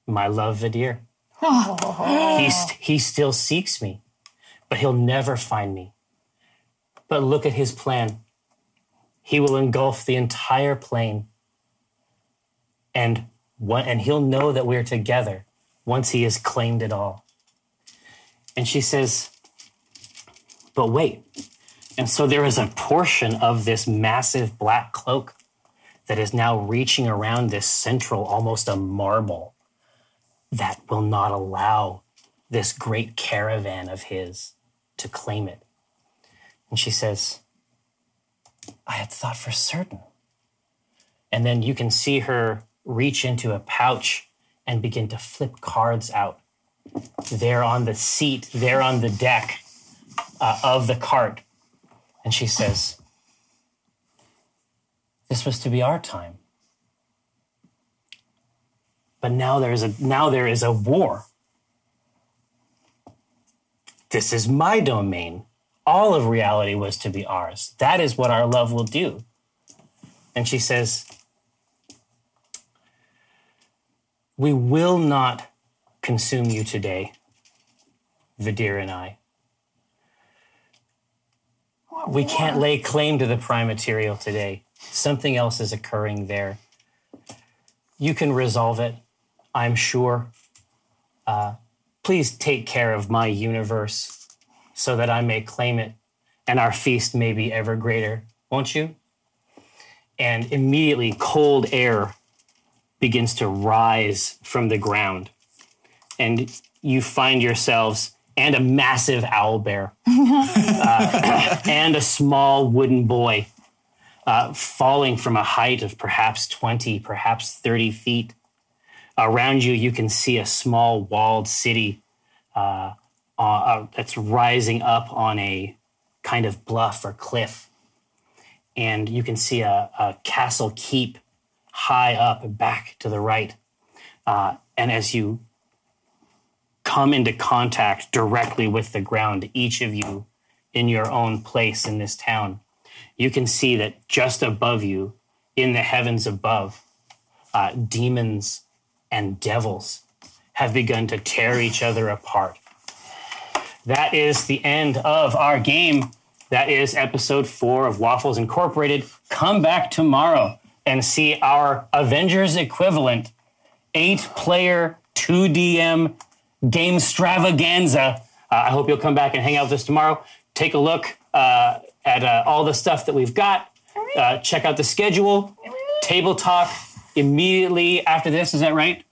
my love Vidir. he, st- he still seeks me, but he'll never find me. But look at his plan. He will engulf the entire plane and one, and he'll know that we're together once he has claimed it all. And she says, "But wait." And so there is a portion of this massive black cloak that is now reaching around this central, almost a marble, that will not allow this great caravan of his to claim it. And she says, I had thought for certain and then you can see her reach into a pouch and begin to flip cards out. They're on the seat, they're on the deck uh, of the cart. And she says, This was to be our time. But now there is a now there is a war. This is my domain. All of reality was to be ours. That is what our love will do. And she says, We will not consume you today, Vidir and I. We can't lay claim to the prime material today. Something else is occurring there. You can resolve it, I'm sure. Uh, please take care of my universe so that I may claim it and our feast may be ever greater, won't you? And immediately, cold air begins to rise from the ground. And you find yourselves and a massive owl bear uh, and a small wooden boy uh, falling from a height of perhaps 20, perhaps 30 feet. Around you, you can see a small walled city uh, uh, that's rising up on a kind of bluff or cliff. And you can see a, a castle keep high up and back to the right. Uh, and as you come into contact directly with the ground, each of you in your own place in this town, you can see that just above you, in the heavens above, uh, demons and devils have begun to tear each other apart. That is the end of our game. That is episode four of Waffles Incorporated. Come back tomorrow and see our Avengers equivalent eight player 2DM game stravaganza. Uh, I hope you'll come back and hang out with us tomorrow. Take a look uh, at uh, all the stuff that we've got. Uh, check out the schedule. Table talk immediately after this. Is that right?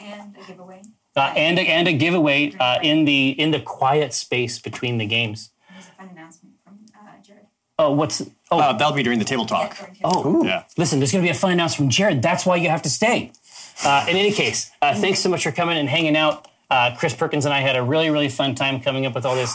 and a giveaway.
Uh, and a, and a giveaway uh, in the in the quiet space between the games.
There's a fun announcement from uh, Jared.
Oh, what's oh
Uh, that'll be during the table talk.
oh
Yeah.
listen, there's going to be a fun announcement from Jared. That's why you have to stay. Uh, in any case, uh, thanks so much for coming and hanging out. Uh, Chris Perkins and I had a really, really fun time coming up with all this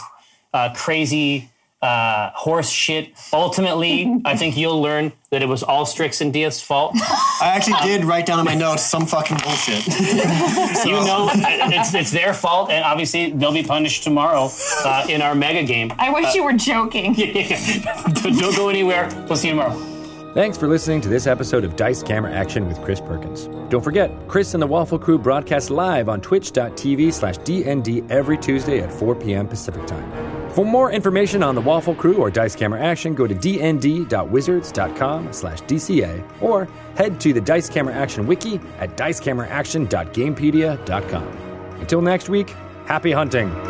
uh, crazy uh, horse shit. Ultimately, I think you'll learn that it was all Strix and Dia's fault.
I actually did write down in my notes some fucking bullshit.
you know, it- it's, it's their fault, and obviously they'll be punished tomorrow uh, in our mega game.
I wish you were joking.
Don't go anywhere. We'll see you tomorrow.
Thanks for listening to this episode of Dice Camera Action with Chris Perkins. Don't forget, Chris and the Waffle Crew broadcast live on twitch.tv slash DND every Tuesday at 4 p.m. Pacific Time. For more information on the Waffle Crew or Dice Camera Action, go to dnd.wizards.com slash DCA or head to the Dice Camera Action wiki at dicecameraaction.gamepedia.com. Until next week, happy hunting!